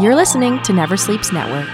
You're listening to Never Sleeps Network.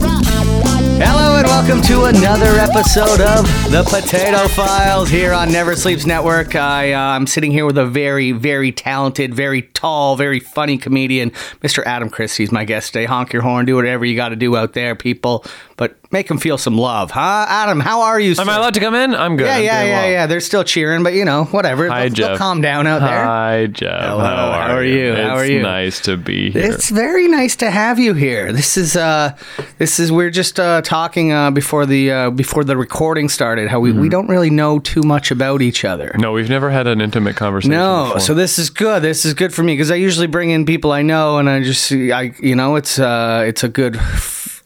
Hello and welcome to another episode of the Potato Files here on Never Sleeps Network. I, uh, I'm sitting here with a very, very talented, very tall, very funny comedian, Mr. Adam Christie's my guest today. Honk your horn, do whatever you got to do out there, people, but make them feel some love, huh? Adam, how are you? Am sir? I allowed to come in? I'm good. Yeah, I'm yeah, doing yeah, well. yeah. They're still cheering, but you know, whatever. Hi, they'll, they'll Jeff. calm down out there. Hi, Jeff. Hello, how are you? It's How are you? nice to be here. It's very nice to have you here. This is uh, this is we're just uh, talking uh, before the uh, before the recording started. How we, Mm-hmm. we don't really know too much about each other. no, we've never had an intimate conversation. No, before. so this is good. This is good for me because I usually bring in people I know, and I just I you know it's uh it's a good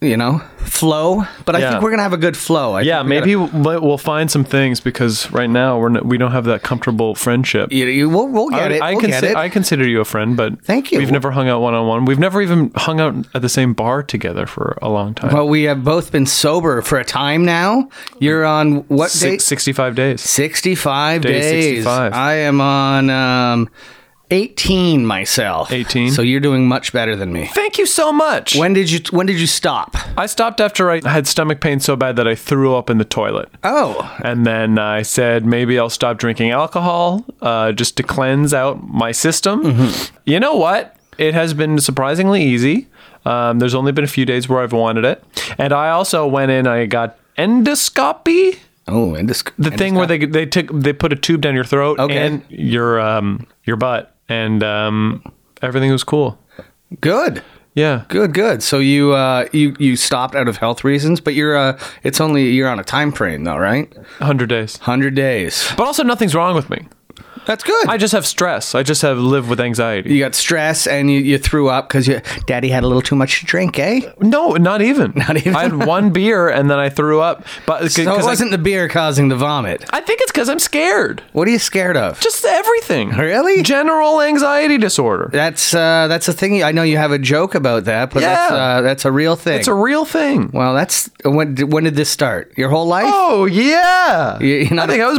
you know flow. But I Yeah. think we're gonna have a good flow. I yeah, think we maybe we'll we'll find some things because right now we're n- we don't have that comfortable friendship. gotta- you, you, we'll, we'll get I, it. I, we'll consi- get it. I consider you a friend, but Thank you. We've never hung out one on one. We've never even hung out at the same bar together for a long time. well, we have both been sober for a time now. You're on what date? Six, 65 days. 65 Day days. 65. I am on um, 18 myself. 18? So you're doing much better than me. Thank you so much. When did you when did you stop? I stopped after I had stomach pain so bad that I threw up in the toilet. Oh, And then I said, maybe I'll stop drinking alcohol uh, just to cleanse out my system. You know what? It has been surprisingly easy. Um, there's only been a few days where I've wanted it. And I also went in, I got endoscopy. oh, and this The thing where they they took they put a tube down your throat Okay. and your um your butt and um everything was cool. good. Yeah. Good, good. So you uh, you you stopped out of health reasons, but you're uh, it's only you're on a time frame though, right? 100 days. 100 days. But also nothing's wrong with me. That's good. I just have stress. I just have live with anxiety. you got stress and you, you threw up because your daddy had a little too much to drink, eh? No, not even. Not even? I had one beer and then I threw up. But So it I- wasn't the beer causing the vomit. I, think it's because I'm scared. What are you scared of? Just everything. Really? General anxiety disorder. That's uh, that's a thing. I know you have a joke about that, but that's, Yeah. uh, that's a real thing. It's a real thing. well, that's when did- when did this start? Your whole life? Oh yeah. You- you're not I think a- I was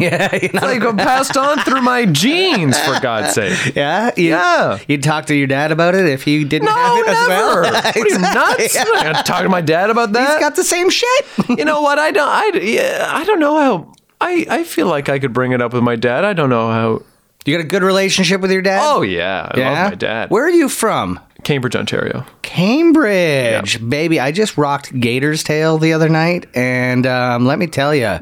Yeah, you're It's not like I'm passed on through my genes, for God's sake. Yeah, you, Yeah. You'd talk to your dad about it if he didn't No, have it as never. Uh, well. What are you nuts? I'm not gonna talk to my dad about that. He's got the same shit. you know what? I don't. I, yeah, I don't know how. I, I feel like I could bring it up with my dad. I don't know how. you got a good relationship with your dad? Oh yeah, I yeah. love my dad. Where are you from? Cambridge, Ontario. Cambridge, baby. I just rocked Gator's Tail the other night, and um, let me tell you,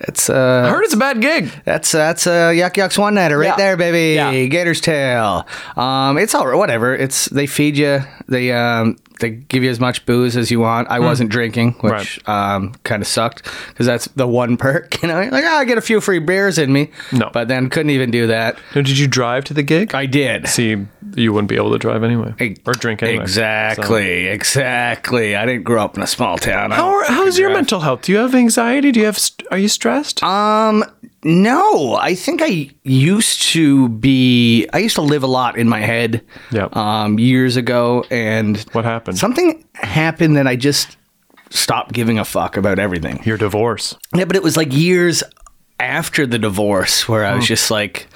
it's uh, I heard it's a bad gig. That's that's a yuck yucks one nighter right Yeah. there, baby. Yeah. Gator's tail. Um, it's all right, whatever. It's they feed you. They um, they give you as much booze as you want. Hmm. I wasn't drinking, which um, kind of sucked because that's the one perk. You know, You're like oh, I get a few free beers in me. No. but then couldn't even do that. Now, did you drive to the gig? I did. see you wouldn't be able to drive anyway or drink anyway. Exactly, exactly. I didn's grow up in a small town. I So- How don't are, how's your mental health? Do you have anxiety? Do you have? st- Are you stressed? Uh, No, I think I used to be. I used to live a lot in my head. Yep. Um, years ago, and What happened? Something happened that I just stopped giving a fuck about everything. your divorce. Yeah, but it was like years after the divorce where I was Hmm. just like,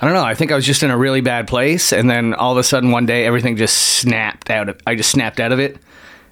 I don't know. I think I was just in a really bad place, and then all of a sudden one day everything just snapped out. Of, I just snapped out of it.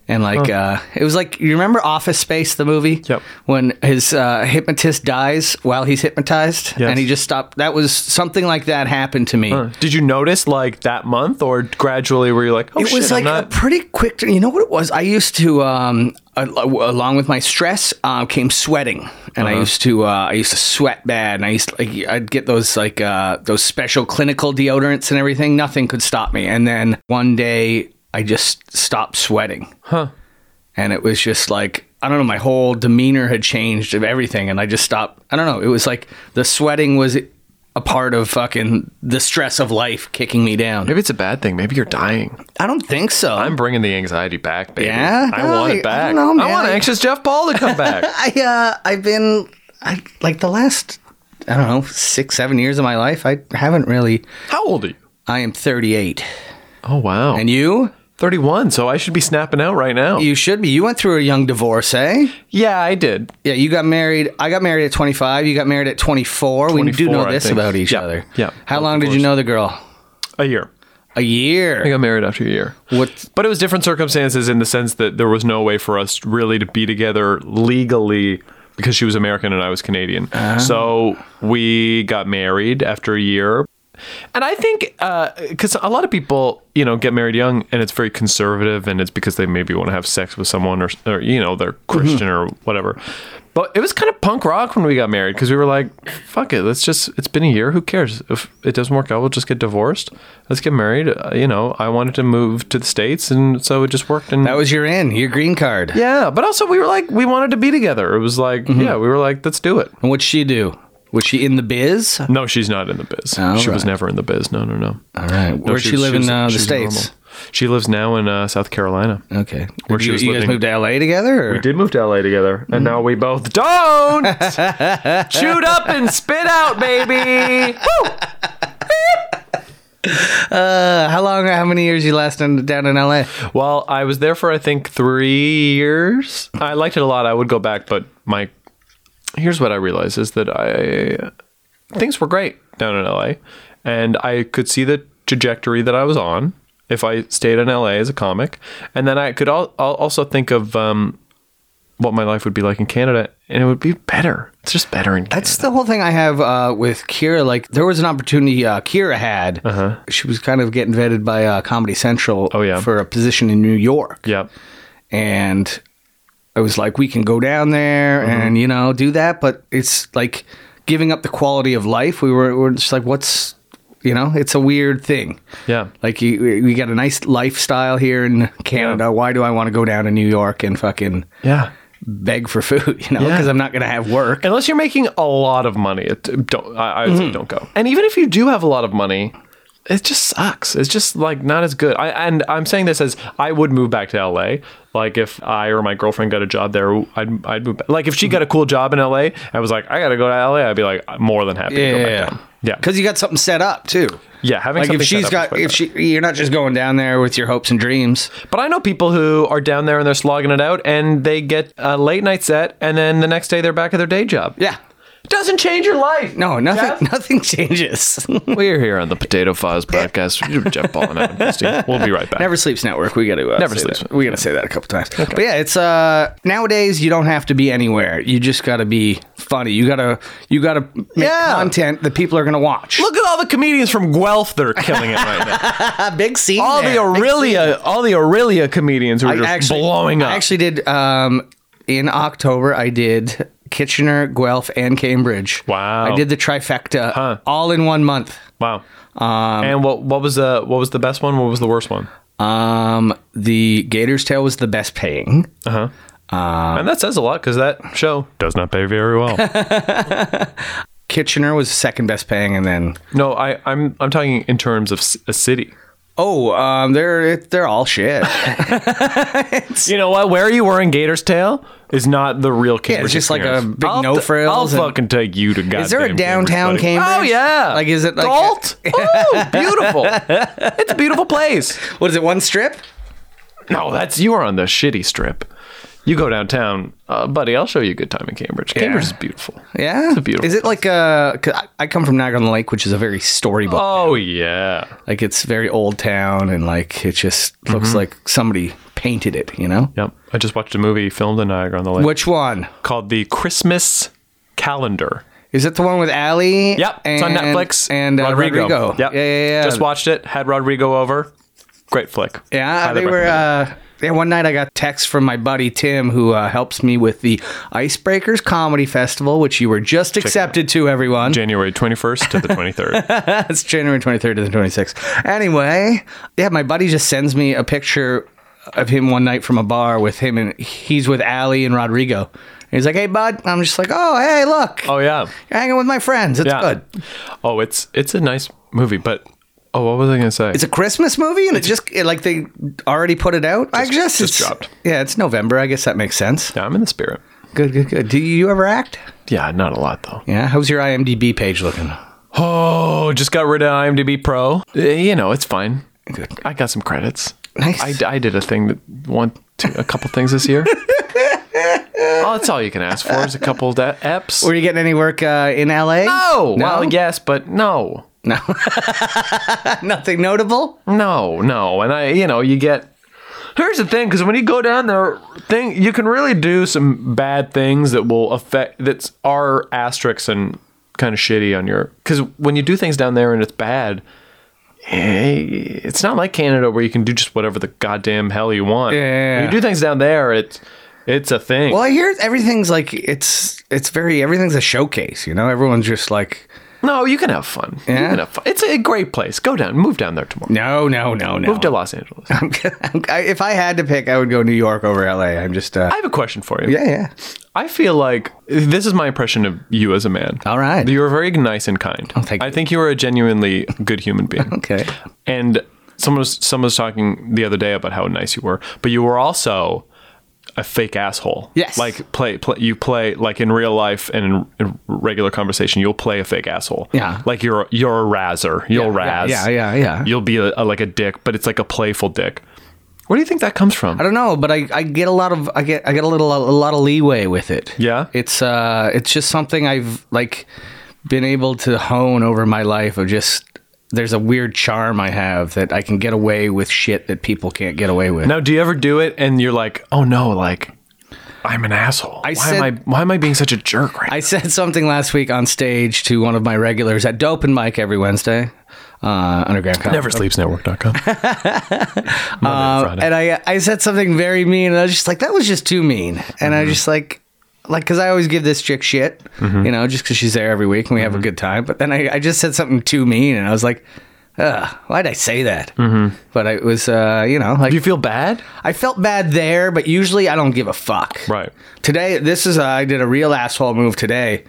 And like uh, it was like you remember Office Space the movie? Yep. When his uh, hypnotist dies while he's hypnotized, Yes. and he just stopped. That was something like that happened to me. Did you notice like that month or gradually? Were you like, oh it shit, was like I'm not- a pretty quick. You know what it was? I used to, um, al- along with my stress, uh, came sweating, and Uh-huh. I used to, uh, I used to sweat bad, and I used to, like I'd get those like uh, those special clinical deodorants and everything. Nothing could stop me. And then one day, I just stopped sweating. Huh. And it was just like I don't know. My whole demeanor had changed of everything, and I just stopped. I don't know. It was like the sweating was a part of fucking the stress of life kicking me down. Maybe it's a bad thing. Maybe you're dying. I don't think so. I'm bringing the anxiety back, baby. Yeah? I No, want I- I it back. I, don't know, man. want anxious Jeff Paul to come back. I uh, I've been I like the last I don't know six seven years of my life. I haven't really. How old are you? I am 38, Oh wow, and you? 31, so I should be snapping out right now. You should be. You went through a young divorce, eh? yeah, I did. Yeah, you got married. I got married at 25. You got married at 24. we do 24, know I this think. about each Yeah, other. yeah. How long did you know the girl? A year. A year. I got married after a year. What? But it was different circumstances in the sense that there was no way for us really to be together legally because she was American and I was Canadian. So we got married after a year. And I think because a lot of people, you know, get married young and it's very conservative and it's because they maybe want to have sex with someone or, or you know, they're Mm-hmm. Christian or whatever. But it was kind of punk rock when we got married because we were like, fuck it, let's just, it's been a year. Who cares? If it doesn't work out, we'll just get divorced. Let's get married. Uh, you know, I wanted to move to the States and so it just worked. And That was your in, your green card. yeah, but also we were like, we wanted to be together. It was like, Mm-hmm. yeah, we were like, let's do it. And what'd she do? Was she in the biz? All No, she's not in the biz. All she was right. never in the biz. No, no, no. right. No, Where'd she, live was- in uh, the she's normal. States? She lives now in uh, South Carolina. Okay. Where Did she you, was you guys living. moved to LA together? Or? We did move to LA together, Mm-hmm. and now we both don't. Shoot up and spit out, baby. Woo! Uh, how long, how many years you last in, down in LA? Well, I was there for I think three years. I liked it a lot. I would go back, but my here's what I realized is that I things were great down in LA, and I could see the trajectory that I was on if I stayed in LA as a comic, and then I could al- al- also think of um, what my life would be like in Canada, and it would be better. It's just better in Canada. That's the whole thing I have uh, with Kira. Like, there was an opportunity uh, Kira had. She was kind of getting vetted by uh, Comedy Central Uh-huh. Oh, yeah. for a position in New York. yeah. and I was like, we can go down there Mm-hmm. and you know do that, but it's like giving up the quality of life. We were, we're just like, what's you know, it's a weird thing. Yeah. Like you, we got a nice lifestyle here in Canada. Why do I want to go down to New York and fucking Yeah. beg for food? You know, Yeah. because I'm not gonna have work. unless you're making a lot of money, it, don't. I, I would say don't go. And even if you do have a lot of money, it just sucks. It's just like not as good. I and I'm saying this as I would move back to LA. Like if I or my girlfriend got a job there, I'd I'd move. Back. Like if she got a cool job in LA, I was like, I gotta go to LA. I'd be like I'm more than happy to go back down. Yeah, because you got something set up too. yeah. Having Like if something set she's up got, is way if she, you're not just going down there with your hopes and dreams. But I know people who are down there and they're slogging it out, and they get a late night set, and then the next day they're back at their day job. Yeah. doesn't change your life. No, nothing. Jeff? Nothing changes. We're here on the Potato Fuzz podcast. You're Jeff Ball and Adam Christie. We'll be right back. Never Sleeps Network. We got to uh, Never say Sleeps. that. We got to say that a couple times. But yeah, it's uh nowadays you don't have to be anywhere. You just got to be funny. You gotta you gotta make Yeah. content that people are gonna watch. Look at all the comedians from Guelph that are killing it right now. a big scene. All the Aurelia, all the Aurelia comedians who are just blowing up. I actually did um in October. I did Kitchener, Guelph, and Cambridge. Wow. I did the trifecta all in one month. wow. and what what was the what was the best one? What was the worst one? Um, the Gator's Tail was the best paying. and that says a lot because that show Um, does not pay very well. Kitchener was the second best paying, and then no, I, I'm I'm talking in terms of s- a city. oh, um, they're they're all shit. You know what? Where you were in Gator's Tail is not the real Cambridge. just like a experience. big I'll no frills I'll and- fucking take you to goddamn. Is there a downtown buddy. Cambridge? Oh yeah. Like, is it like a- Dalt? oh, beautiful. it's a beautiful place. What is it? One strip? No, that's you are on the shitty strip. You go downtown, uh, buddy. I'll show you a good time in Cambridge. Cambridge is beautiful. Yeah, it's a beautiful. Is it like a? 'cause I- I come from Niagara on the Lake, which is a very storybook. Oh yeah. Like it's very old town, and like it just looks Mm-hmm. like somebody painted it. You know, Yep. I just watched a movie filmed in Niagara on the Lake which one called The Christmas Calendar. is it? The one with Ali? Yep. it's on Netflix. And uh, Rodrigo. Yep. Yeah, yeah, yeah. Just watched it. Had Rodrigo over. Great flick. Yeah, Highly they were. recommend it. Uh, yeah, one night I got text from my buddy Tim, who uh, helps me with the Icebreakers Comedy Festival, which you were just accepted to. Everyone, January 21st to the 23rd. That's January 23rd to the 26th. Anyway, yeah, my buddy just sends me a picture of him one night from a bar with him, and he's with Ali and Rodrigo. And he's like, hey, bud. And I'm just like, oh, hey, look. oh yeah. You're hanging with my friends. It's Yeah. good. Oh, it's it's a nice movie, but oh, what was I going to say? It's a Christmas movie, and it just, it, like, they already put it out. I guess just it's. dropped. Yeah, it's November. I guess that makes sense. yeah, I'm in the spirit. Good, good, good. Do you ever act? Yeah, not a lot though. Yeah. How's your IMDb page looking? Oh, just got rid of IMDb Pro. Eh, You know, it's fine. Good. I got some credits. Nice. I, I did a thing that one, two, a couple things this year. oh, that's all you can ask for is a couple of da- eps. Were you getting any work uh, in LA? Oh, no, well, yes, but no, nothing notable. no, no. And I, you know, you get. Here's the thing, because when you go down there, thing you can really do some bad things that will affect that's are asterisks and kind of shitty on your. Because when you do things down there and it's bad, eh, it's not like Canada where you can do just whatever the goddamn hell you want. Yeah. When you do things down there, it's it's a thing. Well, I hear everything's like it's it's very everything's a showcase. You know, everyone's just like No, you can have fun. You Yeah? can have fun. It's a great place. Go down, move down there tomorrow. no, no, no, no. Move to Los Angeles. I I- if I had to pick, I would go New York over LA. I'm just uh, have a question for you. yeah, yeah. I feel like this is my impression of you as a man. All right. Oh, You were very nice and kind. thank I you. think you were a genuinely good human being. Okay. And someone was, someone was talking the other day about how nice you were, but you were also a fake asshole. Yes. Like play, play you play like in real life and in, in regular conversation, you'll play a fake asshole. Yeah. Like you're you're a razzer. You'll razz. yeah, yeah, yeah. You'll be a, a- like a dick, but it's like a playful dick. Where do you think that comes from? I don't know, but I, I get a lot of I get I get a little a lot of leeway with it. Yeah? It's uh it's just something I've like been able to hone over my life of just there's a weird charm I have that I can get away with shit that people can't get away with. Now, do you ever do it and you're like, oh no, like I'm an asshole. why said- am I why am I being such a jerk right I said something last week on stage to one of my regulars at Dope and Mike every Wednesday, uh, Underground now? Comedy. Neversleepsnetwork.com. Monday to Friday. Uh, Oh, and I I said something very mean, and I was just like, that was just too mean, and I Mm-hmm. was just like. Like, cause I always give this chick shit, you know, just cause she's there every week and we Mm-hmm. have a good time. But then I, I just said something too mean, and I was like, "Ugh, why'd I say that?" Mm-hmm. But I was, uh, you know, like do you feel bad? I felt bad there, but usually I don't give a fuck. Right. Today, this is, uh, I did a real asshole move today.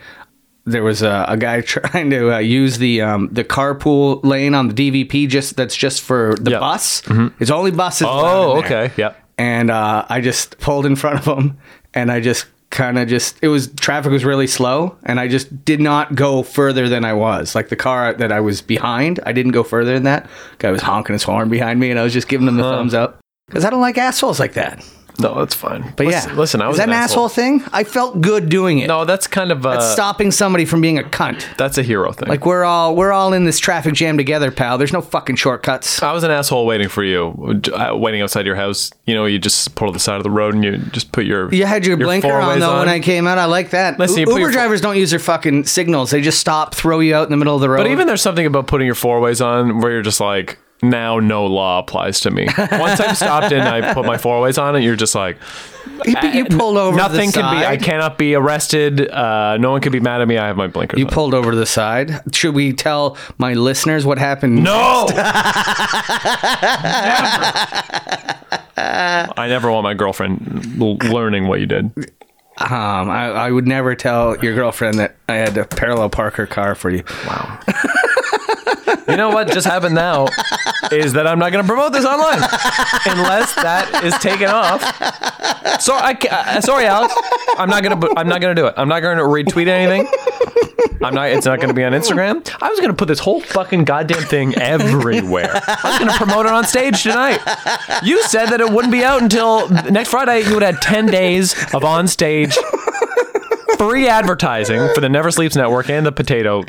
There was a, a guy trying to uh, use the um, the carpool lane on the DVP just that's just for the Yeah. Mm-hmm. bus. It's only buses. allowed Oh, in there. okay. Yeah. And uh, I just pulled in front of him, and I just kind of just it was traffic was really slow, and I just did not go further than I was. Like the car that I was behind, I didn't go further than that. Guy was honking his horn behind me, and I was just giving him the thumbs up because I don't like assholes like that. No, that's fine. But listen, yeah, listen, I was is that an asshole. asshole. thing? I felt good doing it. No, uh, that's kind of a It's that's, stopping somebody from being a cunt. a hero thing. Like we're all we're all in this traffic jam together, pal. There's no fucking shortcuts. I was an asshole waiting for you, uh, waiting outside your house. You know, you just pull to the side of the road and you just put your You had your, blinker on four-ways though when I came out. I like that. Listen, you U- put Uber your- drivers don't use their fucking signals. They just stop, throw you out in the middle of the road. But even there's something about putting your four ways on where you're just like, now no law applies to me. Once I'm stopped and I put my four ways on, and you're just like, you, you pulled over. to the nothing can be. I side. cannot be arrested. Uh, no one can be mad at me. I have my blinkers. You on. pulled over to the side. Should we tell my listeners what happened? no. Never. I never want my girlfriend l- learning what you did. Um, I, I would never tell your girlfriend that I had to parallel park her car for you. Wow. You know what just happened now is that I'm not going to promote this online unless that is taken off. So I ca- uh, sorry, Alex. I'm not going to. I'm not going to do it. I'm not going to retweet anything. I'm not. It's not going to be on Instagram. I was going to put this whole fucking goddamn thing everywhere. I was going to promote it on stage tonight. You said that it wouldn't be out until next Friday. You would have ten days of on stage. Free advertising for the Never Sleeps Network and the Potato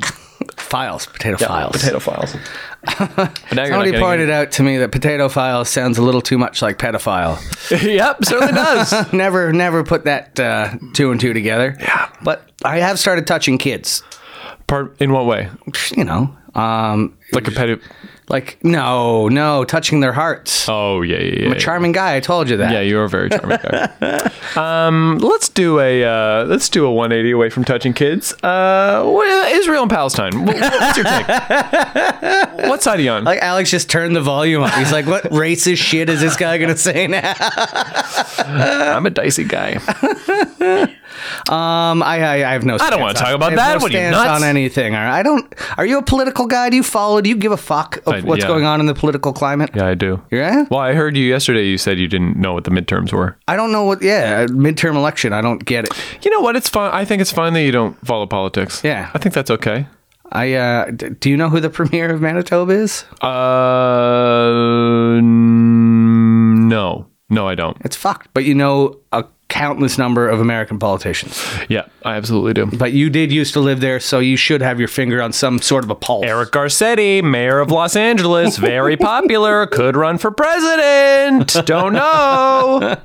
Files, potato files. Potato files. but now Somebody pointed out to me that potato file sounds a little too much like pedophile. yep, certainly does. never, never put that uh, two and two together. Yeah. But I have started touching kids. Part in what way? You know, um, Like a pedi. like no, no, touching their hearts. Oh yeah, yeah, yeah. I'm a charming guy. I told you that. Yeah, you're a very charming guy. um, let's do a uh, let's do a 180 away from touching kids. Uh, well, Israel and Palestine. Wh- wh- What's your take? what side are you on? Like Alex just turned the volume up. He's like, "What racist shit is this guy gonna say now?" I'm a dicey guy. Um, I, I, I have no. I don't wanna stance talk on- about I have that. No What are you, stance nuts? on anything? all right? I don't. Are you a political guy? Do you follow? Do you give a fuck of I- what's yeah. going on in the political climate? Yeah, I do. Yeah? Well, I heard you yesterday. You said you didn't know what the midterms were. I don't know what. Yeah, midterm election. I don't get it. You know what? It's fine. I think it's fine that you don't follow politics. Yeah. I think that's okay. I uh, d- do you know who the premier of Manitoba is? Uh, n- no, no, I don't. It's fucked, but you know a countless number of American politicians. Yeah, I absolutely do. But you did used to live there, so you should have your finger on some sort of a pulse. Eric Garcetti, mayor of Los Angeles, very popular, could run for president. Don't know.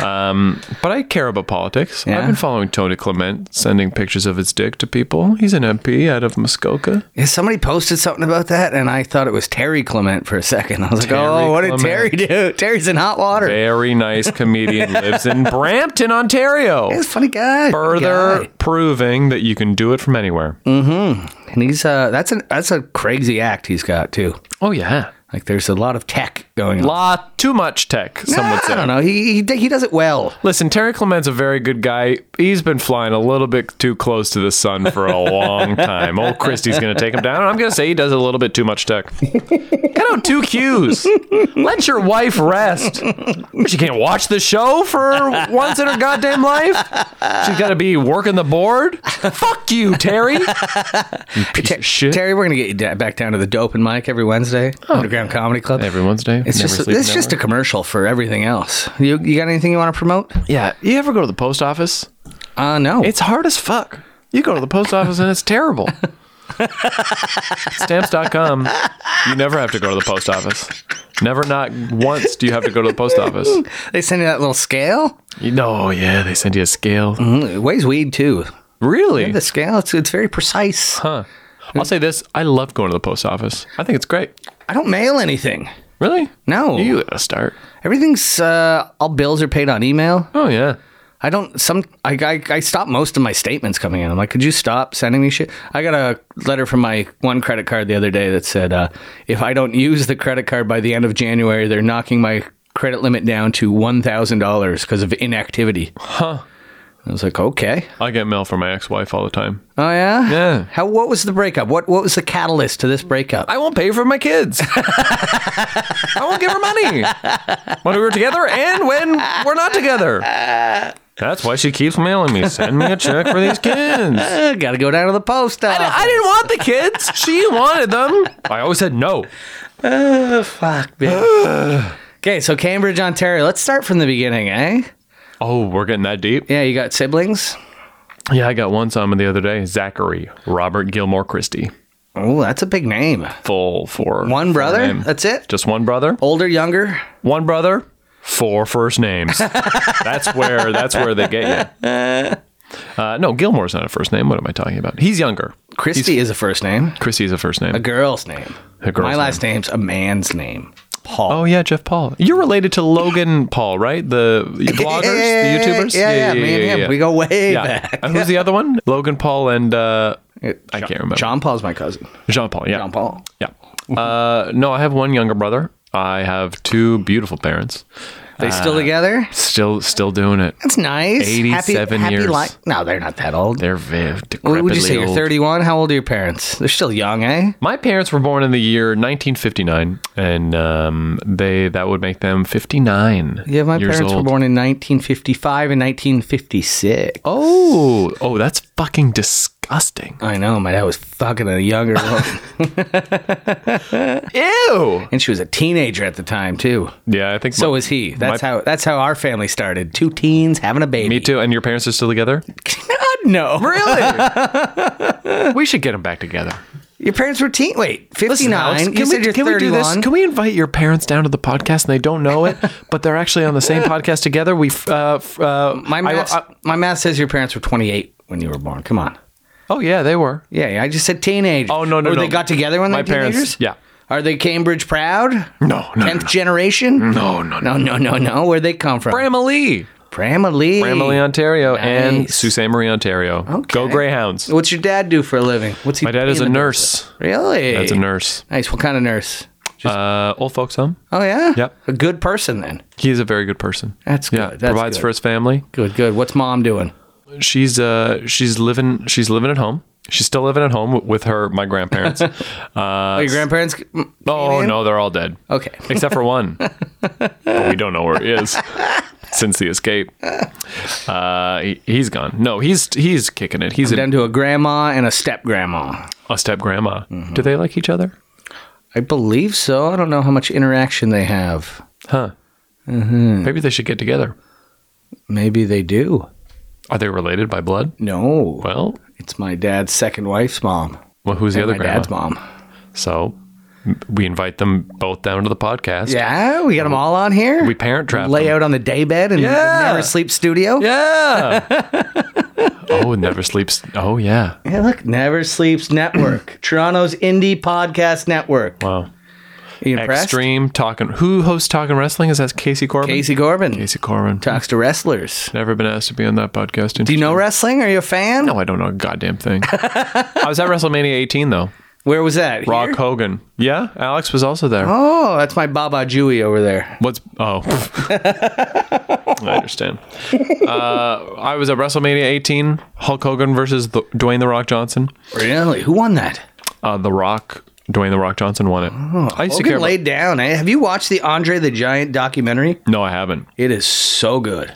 Um, but I care about politics. Yeah. I've been following Tony Clement, sending pictures of his dick to people. He's an MP out of Muskoka. Yeah, Somebody posted something about that, and I thought it was Terry Clement for a second. I was like, Terry "Oh, what Clement. did Terry do? Terry's in hot water. Very nice comedian, lives in Brampton, Ontario. He's a funny guy. Further Guy. Mm. proving that you can do it from anywhere. and he's uh, that's an that's a crazy act he's got too. Oh, yeah. Like, there's a lot of tech going on. Lot too much tech, some would say. I don't know. He, he he does it well. Listen, Terry Clement's a very good guy. He's been flying a little bit too close to the sun for a long time. Old Christie's going to take him down. And I'm going to say he does a little bit too much tech. Cut out two cues. Let your wife rest. She can't watch the show for once in her goddamn life. She's got to be working the board. Fuck you, Terry. You piece of shit. Oh. Terry, we're gonna get you da- back down to the Dope and Mike every Wednesday, Underground Comedy Club. Every Wednesday. it's just it's just a commercial for everything else. You you got anything you want to promote? yeah. You ever go to the post office? Uh, no. It's hard as fuck. You go to the post office and it's terrible. Stamps.com. You never have to go to the post office. Never, not once do you have to go to the post office. they send you that little scale. You know, oh, yeah, they send you a scale. Mm, It weighs weed too. Really? The scale it's it's very precise. Huh. I'll say this I love going to the post office. I think it's great. I don't mail anything. Really? No. You gotta start. Everything's uh, all bills are paid on email. Oh, yeah. I don't some I, I I stop most of my statements coming in. I'm like, could you stop sending me shit? I got a letter from my one credit card the other day that said, uh, if I don't use the credit card by the end of January, they're knocking my credit limit down to one thousand dollars because of inactivity. Huh. I was like, okay, I get mail from my ex wife all the time. oh yeah, Yeah. How what was the breakup? What what was the catalyst to this breakup? I won't pay for my kids. I won't give her money when we were together and when we're not together. That's why she keeps mailing me. Send me a check for these kids. I, Uh, gotta go down to the post office. I didn't want the kids. She wanted them. I always said no. Fuck, man. okay, so Cambridge, Ontario. Let's start from the beginning, eh? Oh, we're getting that deep. Yeah, you got siblings. Yeah, I got one summon the other day. Zachary Robert Gilmore Christie. Oh, that's a big name. Full four. One full brother. name. That's it. Just one brother. Older, younger. One brother. Four first names. that's where. That's where they get you. Uh, no, Gilmore's not a first name. What am I talking about? He's younger. Christy is a first name. Christie's a first A name. girl's name. A girl's My last name's a man's name. Paul. Oh yeah, Jeff Paul. You're related to Logan Paul, right? The bloggers, Yeah, the YouTubers. Yeah, yeah, me and him. We go way Yeah. back. And who's the other one? Logan Paul and uh, I can't remember. John Paul's my cousin. Jean Paul. Yeah. John Paul. Yeah. Uh, no, I have one younger brother. I have two beautiful parents. Uh, They still together? Still, still doing it. That's nice. 87 happy, years. Happy li- no, they're not that old. They're very decrepitly What would you say? You're old. 31. How old are your parents? They're still young, eh? My parents were born in the year 1959, and um, they that would make them 59. Yeah, my years parents old. were born in 1955 and 1956. Oh, oh, that's fucking disgusting. I know. My dad was fucking a younger woman. Ew. and she was a teenager at the time, too. Yeah, I think So my- was he. That's how that's how our family started. Two teens having a baby. Me too. And your parents are still together? God, no. Really? we should get them back together. Your parents were teen. Wait, Listen, 59. Alex, you said you're can 31. we do this? Can we invite your parents down to the podcast and they don't know it, but they're actually on the same podcast together? We, f- uh, f- uh, my, I- math, I- my math says your parents were 28 when you were born. Come on. oh yeah, they were. Yeah, yeah, I just said teenage. Oh, no, no, Or no. they got together when they My were parents- teenagers? yeah. Are they Cambridge proud? No, no, Tenth generation? no, no, No, no, no, no. Where'd they come from? Bramley, Bramley. Bramley, Ontario, and Nice. Sault Ste. Marie, Ontario. Go Okay. Greyhounds. What's your dad do for a living? What's he? My dad is a in the- nurse. Really? That's a nurse. Nice. What kind of nurse? Uh, old folks home. Oh yeah. Yep. A good person then. He's a very good person. That's Yeah, good, that's provides good. for his family. Good, good. What's mom doing? she's uh she's living she's living at home. She's still living at home w- with her my grandparents. uh, Oh, your grandparents? mm, oh Canadian? no, they're all dead Okay. except for one. but we don't know where he is. since the escape. Uh, he, he's gone. No, he's he's kicking it. He's a, Down to a grandma and a step grandma. a step grandma. Mm-hmm. Do they like each other? I believe so. I don't know how much interaction they have. Huh. Mm-hmm. Maybe they should get together. Maybe they do. Are they related by blood? No. Well, It's my dad's second wife's mom. well who's the and other my grandma? dad's mom. So m- we invite them both down to the podcast. Yeah, we got them all on here. We parent trap Lay them. out on the daybed in Yeah. the Never Sleep studio. Yeah. oh, never sleeps. Oh, yeah. Yeah, look, Never Sleeps Network, Toronto's indie podcast network. Wow. You impressed? Extreme talking. Who hosts talking wrestling? Is that Casey Corbin? Casey Corbin Casey Corbin. talks to wrestlers. Never been asked to be on that podcast. Do you know wrestling? Are you a fan? No, I don't know a goddamn thing. I was at WrestleMania 18 though. Where was that? Rock Here? Hogan. Yeah, Alex was also there. Oh, that's my Baba Jewy over there. What's oh? I understand. Uh, I was at WrestleMania 18. Hulk Hogan versus the, Dwayne the Rock Johnson. Really? Who won that? Uh, the Rock, Dwayne the Rock Johnson won it. I used to Oh, Hogan care. about- laid down. eh? Have you watched the Andre the Giant documentary? no, I haven't. It is so good.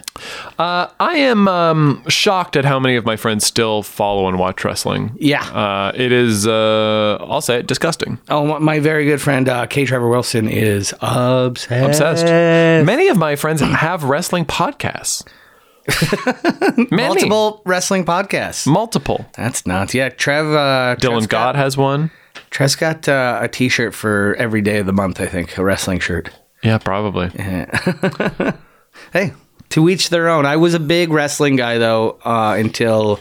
I am um, shocked at how many of my friends still follow and watch wrestling. Yeah. Uh, it is, uh, I'll say it, disgusting. Oh, my- my very good friend uh, K. Trevor Wilson is obsessed. Obsessed. Eh. Many of my friends have wrestling podcasts. Many. Multiple wrestling podcasts. Multiple. That's nuts. Yeah, Trev. Uh, Dylan Trev's Gott has one. Trev's got uh, a T-shirt for every day of the month. I think a wrestling shirt. Yeah, probably. Hey, to each their own. I was a big wrestling guy though uh, until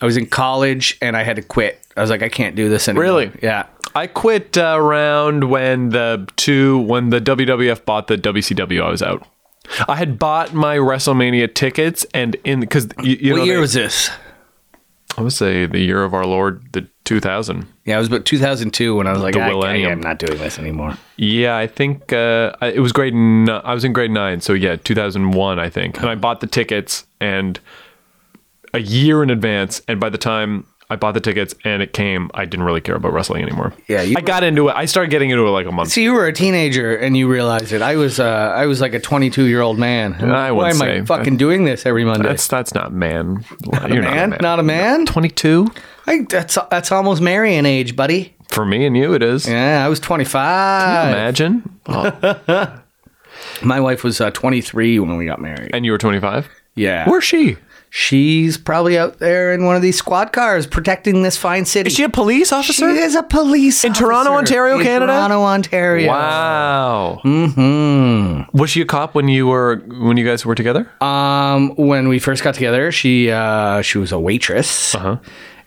I was in college and I had to quit. I was like, I can't do this anymore. Really? Yeah. I quit uh, around when the two when the WWF bought the WCW. I was out. I had bought my WrestleMania tickets, and in because you, you know what year they- was this? I would say the year of our Lord, the 2000. Yeah, it was about 2002 when I was like, The I, I, millennium. am not doing this anymore. Yeah, I think uh, I- it was grade. N- I was in grade nine, so yeah, two thousand one, I think. And I bought the tickets and a year in advance. And by the time I bought the tickets and it came, I didn't really care about wrestling anymore. Yeah, you I got into it. I started getting into it like a month. So you were a teenager and you realized it. I was, uh, I was like a 22 year old man. Why I would am say I fucking doing this every Monday? That's that's not man. You're man, not a man. man. Twenty two I, that's that's almost marrying age, buddy. for me and you. It is. Yeah, I was 25. Imagine. Oh, My wife was uh, 23 when we got married. and you were twenty five. Yeah. Where's she? She's probably out there in one of these squad cars protecting this fine city. Is she a police She officer? is a police In Toronto, officer Ontario, in Canada? Toronto, Ontario. Wow. Mm-hmm. Was she a cop when you were when you guys were together? Um, when we first got together, she uh, she was a waitress, Uh-huh.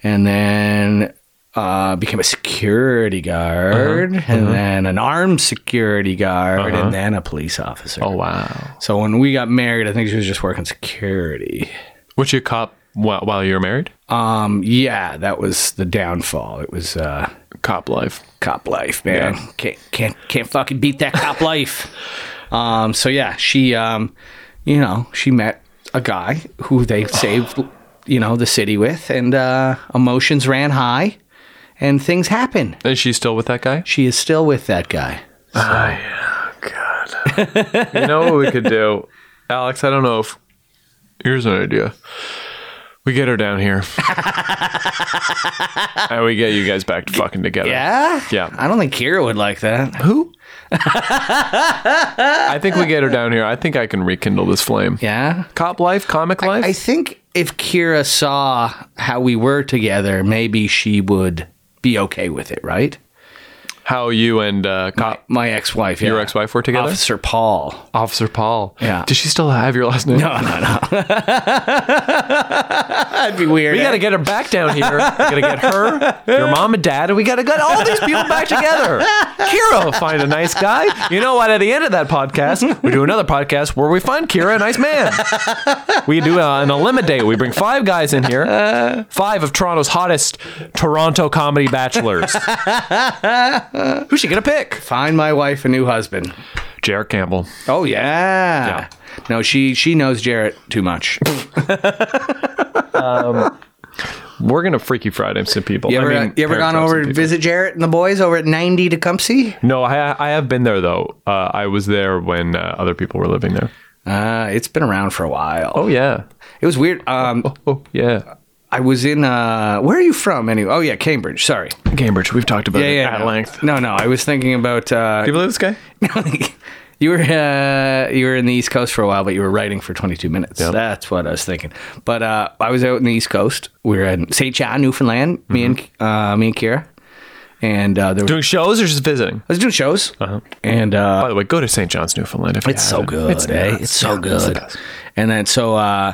and then uh, became a security guard, Uh-huh. and then an armed security guard, and then a police officer. Oh wow. So when we got married, I think she was just working security. Was she a cop while, while you were married? Um, yeah, that was the downfall. It was uh, Cop life. cop life, man. Can't can't can't fucking beat that cop life. Um, so yeah, she um, you know, she met a guy who they saved, you know, the city with, and uh, emotions ran high, and things happen. Is she still with that guy? She is still with that guy. You know what we could do, Alex? I don't know if here's an idea. We get her down here, and we get you guys back to fucking together. Yeah, Yeah. I don't think Kira would like that. Who? I think we get her down here. I think I can rekindle this flame. Yeah, Cop life, comic life. I think if Kira saw how we were together, maybe she would be okay with it, right? How you and uh, cop My ex-wife, your yeah. ex-wife were together? Officer Paul. Officer Paul. Yeah. Does she still have your last name? No, no, no. That'd be weird. We got to get her back down here. We got to get her, your mom and dad, and we got to get all these people back together. Kira will find a nice guy. You know what? At the end of that podcast, we do another podcast where we find Kira a nice man. We do uh, an eliminate date. We bring five guys in here, five of Toronto's hottest Toronto comedy bachelors. Who's she gonna pick? find my wife a new husband. Jared Campbell. Oh yeah. No, she she knows Jarrett too much. We're gonna Freaky Friday some people. You ever, I mean, you ever gone parent trap some over to people. visit Jarrett and the boys over at 90 Tecumseh? No, I I have been there though. Uh, I was there when uh, other people were living there. Uh, it's been around for a while. Oh yeah. It was weird. Um, Oh yeah. I was in. Uh, where are you from? Anyway, oh yeah, Cambridge. Sorry. Cambridge. We've talked about Yeah, it yeah. at no. length. Do No, no. I was thinking about. Uh, you believe this guy? you were uh, you were in the East Coast for a while, but you were writing for 22 minutes. That's what I was thinking. But uh, I was out in the East Coast. We were in St. John, Newfoundland. Me and uh, me and Kira, and uh, there was, Doing shows or just visiting? I was doing shows. And uh, By the way, go to St. John's, Newfoundland. If you it's so haven't. good, it's, eh? nuts. it's so Yeah, it's the good. best. And then so uh,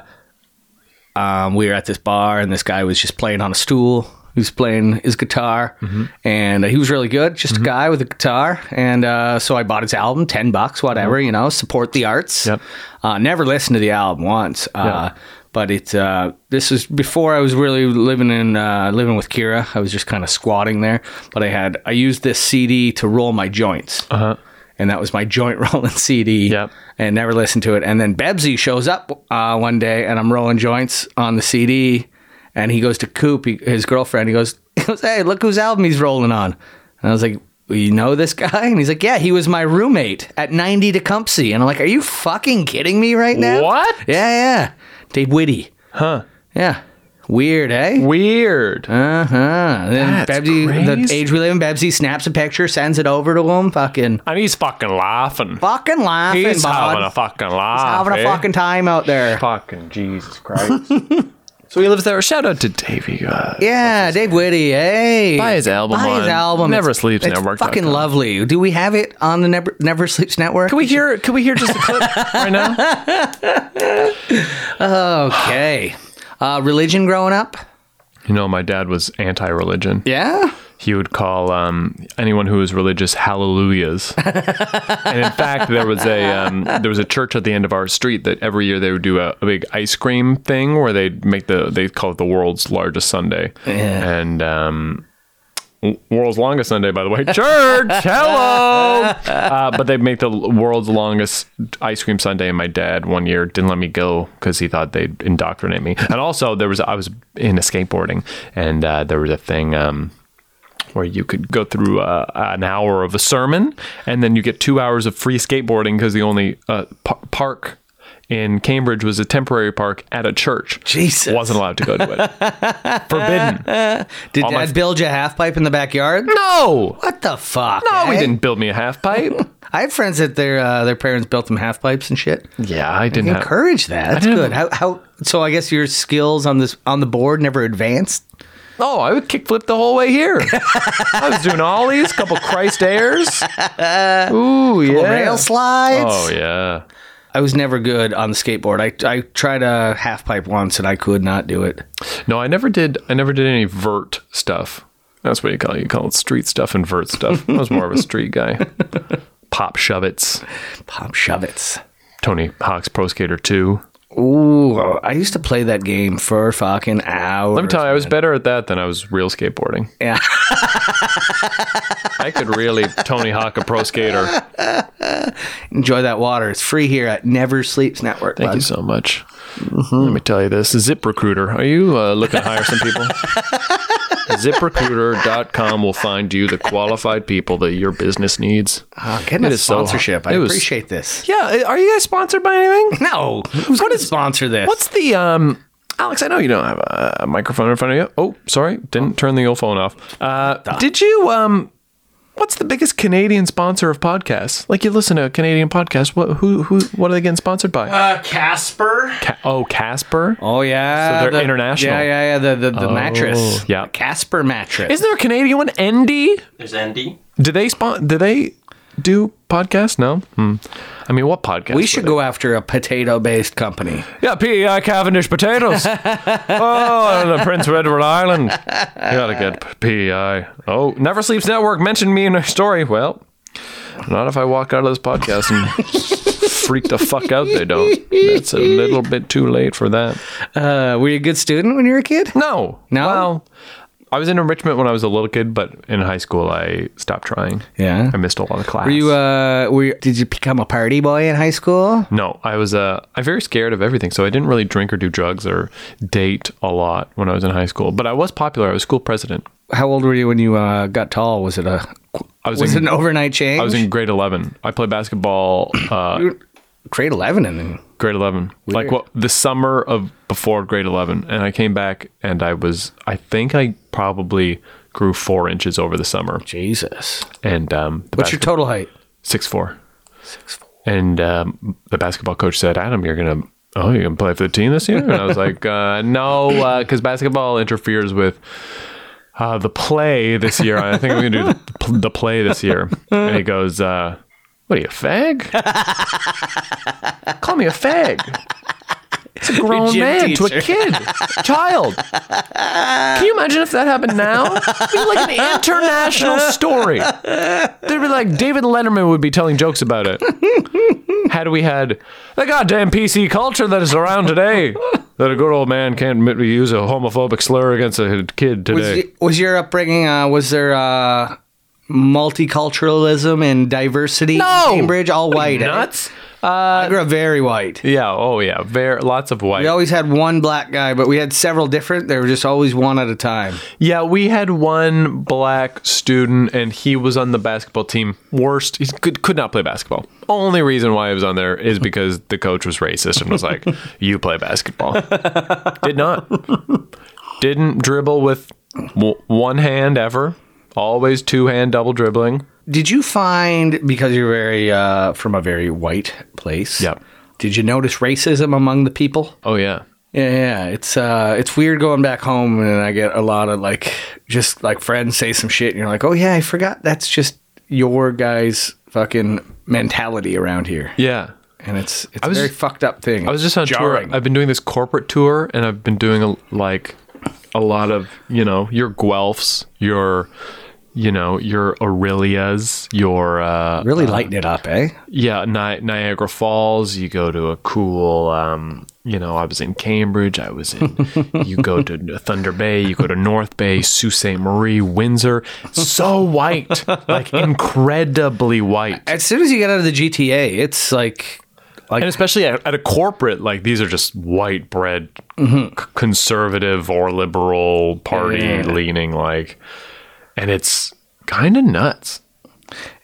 um, we were at this bar, and this guy was just playing on a stool. He was playing his guitar, Mm-hmm. and uh, he was really good. Just a guy with a guitar, and uh, so I bought his album, ten bucks, whatever. You know, support the arts. Mm-hmm. Yep. Uh, never listened to the album once. Uh, But it uh, this was before I was really living in uh, living with Kira. I was just kind of squatting there. But I had I used this CD to roll my joints, uh-huh. and that was my joint rolling CD. Yep. And never listened to it. And then Bebsy shows up uh, one day, and I'm rolling joints on the CD, and he goes to Coop, he, his girlfriend. He goes, he goes, hey, look whose album he's rolling on. And I was like. You know this guy? And he's like, Yeah, he was my roommate at 90 Tecumseh. And I'm like, Are you fucking kidding me right now? What? Yeah, yeah. Dave Whitty. Huh. Yeah. Weird, eh? Weird. Uh huh. Then That's Babsy, the crazy. age we live in, Babsy snaps a picture, sends it over to him. Fucking, and he's fucking laughing. fucking laughing, he's bud. having a fucking laugh. having a eh? fucking time out there. Fucking Jesus Christ. so he lives there. Shout out to Davey. Uh, Yeah, Dave Whitty. Hey, Buy his album Buy his on album. Never It's- Sleeps it's Network dot Fucking com. lovely. Do we have it on the Never Never Sleeps Network? Can we hear? Can we hear just a clip right now? Okay. Uh, religion growing up. You know, my dad was anti-religion. Yeah. He would call um, anyone who was religious hallelujahs. and in fact, there was a um, there was a church at the end of our street that every year they would do a, a big ice cream thing where they'd make the they call it the world's largest Sunday. Yeah. And um, w- world's longest Sunday, by the way. Church, hello. Uh, but they make the l- world's longest ice cream Sunday, and my dad one year didn't let me go because he thought they'd indoctrinate me. And also, there was I was into skateboarding, and uh, there was a thing. Um, where you could go through uh, an hour of a sermon and then you get two hours of free skateboarding because the only uh, par- park in Cambridge was a temporary park at a church. Jesus. Wasn't allowed to go to it. Forbidden. Did All my Dad f- build you a half pipe in the backyard? No. What the fuck? No, we eh? didn't build me a half pipe. I have friends that their uh, their parents built them half pipes and shit. yeah, I didn't have. Encourage that. That's didn't- good. How, how? So I guess your skills on this on the board never advanced. Oh, I would kickflip the whole way here. I was doing ollies, couple Christ airs. Ooh, yeah. Rail slides. Oh yeah. I was never good on the skateboard. I I tried a half pipe once and I could not do it. No, I never did. I never did any vert stuff. That's what you call it. You call it street stuff and vert stuff. I was more of a street guy. Pop Shovets, Pop shovets. Tony Hawk's Pro Skater Two. Ooh, I used to play that game for fucking hours. Let me tell you, I was better at that than I was real skateboarding. Yeah. I could really Tony Hawk a pro skater. Enjoy that water. It's free here at Never Sleeps Network. Thank you bud. so much. Let me tell you this. Zip Recruiter. Are you uh, looking to hire some people? ZipRecruiter.com will find you the qualified people that your business needs. Oh, getting It a is so hard. sponsorship. I It was- appreciate this. Yeah. uh, Are you guys sponsored by anything? No, who's going to sponsor this? What's the, um, Alex, I know you don't have a a microphone in front of you. Oh, sorry. Didn't turn the old phone off. Uh, did you, um, what's the biggest Canadian sponsor of podcasts? Like you listen to a Canadian podcast. What, who, who, what are they getting sponsored by? Uh, Casper. Ca- oh, Casper. Oh yeah, So they're international. Oh, Yeah, yeah, yeah. The the, the mattress, yeah. The Casper mattress. Isn't there a Canadian one? Endy? There's Andy. Do they spawn? Do they do podcasts? No. Hmm. I mean, what podcast? we should go after a potato-based company. Yeah, PEI Cavendish potatoes. oh, the Prince of Edward Island. You gotta get PEI. Oh, Never Sleeps Network mentioned me in their story. Well, not if I walk out of this podcast and freak the fuck out. They don't. It's a little bit too late for that. Uh, were you a good student when you were a kid? No. No? Well, I was in enrichment when I was a little kid, but in high school I stopped trying. Yeah. I missed a lot of class. Were you? Uh, were you, did you become a party boy in high school? No, I was uh, I'm very scared of everything, so I didn't really drink or do drugs or date a lot when I was in high school. But I was popular. I was school president. How old were you when you uh, got tall? Was it a I was, was it in an overnight change? I was in grade eleven. I played basketball. Uh, grade 11 and grade 11 like Weird. what the summer of before grade 11 and i came back and i was i think i probably grew four inches over the summer Jesus. and um the What's your basketball- total height? six four and um, the basketball coach said adam you're gonna oh you're gonna play for the team this year and i was like uh no because basketball interferes with uh the play this year i think i'm gonna do the, pl- the play this year and he goes uh what are you a fag call me a fag it's a grown gym man to teacher. a kid child can you imagine if that happened now it'd be like an international story They'd be like, David Letterman would be telling jokes about it. had we had the goddamn PC culture that is around today, that a good old man can't m- use a homophobic slur against a kid Was, today. y- was your upbringing, uh, was there uh, multiculturalism and diversity No! in Cambridge? All white. eh? Nuts? I grew up very white. Yeah, oh yeah, very, lots of white. We always had one black guy, but we had several different. There were just always one at a time. Yeah, we had one black student, and he was on the basketball team. Worst, he could, could not play basketball. Only reason why he was on there is because the coach was racist and was like, "You play basketball." Did not, didn't dribble with w- one hand ever. Always two hand double dribbling. Did you find because you're very uh, from a very white place? Yep. Did you notice racism among the people? Oh yeah, Yeah, yeah. It's uh, it's weird going back home, and I get a lot of like, just like friends say some shit, and you're like, oh yeah, I forgot. That's just your guys' fucking mentality around here, yeah. and it's it's was a very just- fucked up thing. I was just on jarring. tour. I've been doing this corporate tour, and I've been doing a, like a lot of you know your Guelphs, your you know your Aurelias, your uh, really lighten it up, eh? yeah Ni- Niagara Falls. You go to a cool. Um, you know, I was in Cambridge. I was in. you go to Thunder Bay. You go to North Bay, Sault Ste. Marie, Windsor. So white, like incredibly white. As soon as you get out of the GTA, it's like and especially at, at a corporate like these are just white bread Mm-hmm. c- conservative or liberal party leaning like and it's kind of nuts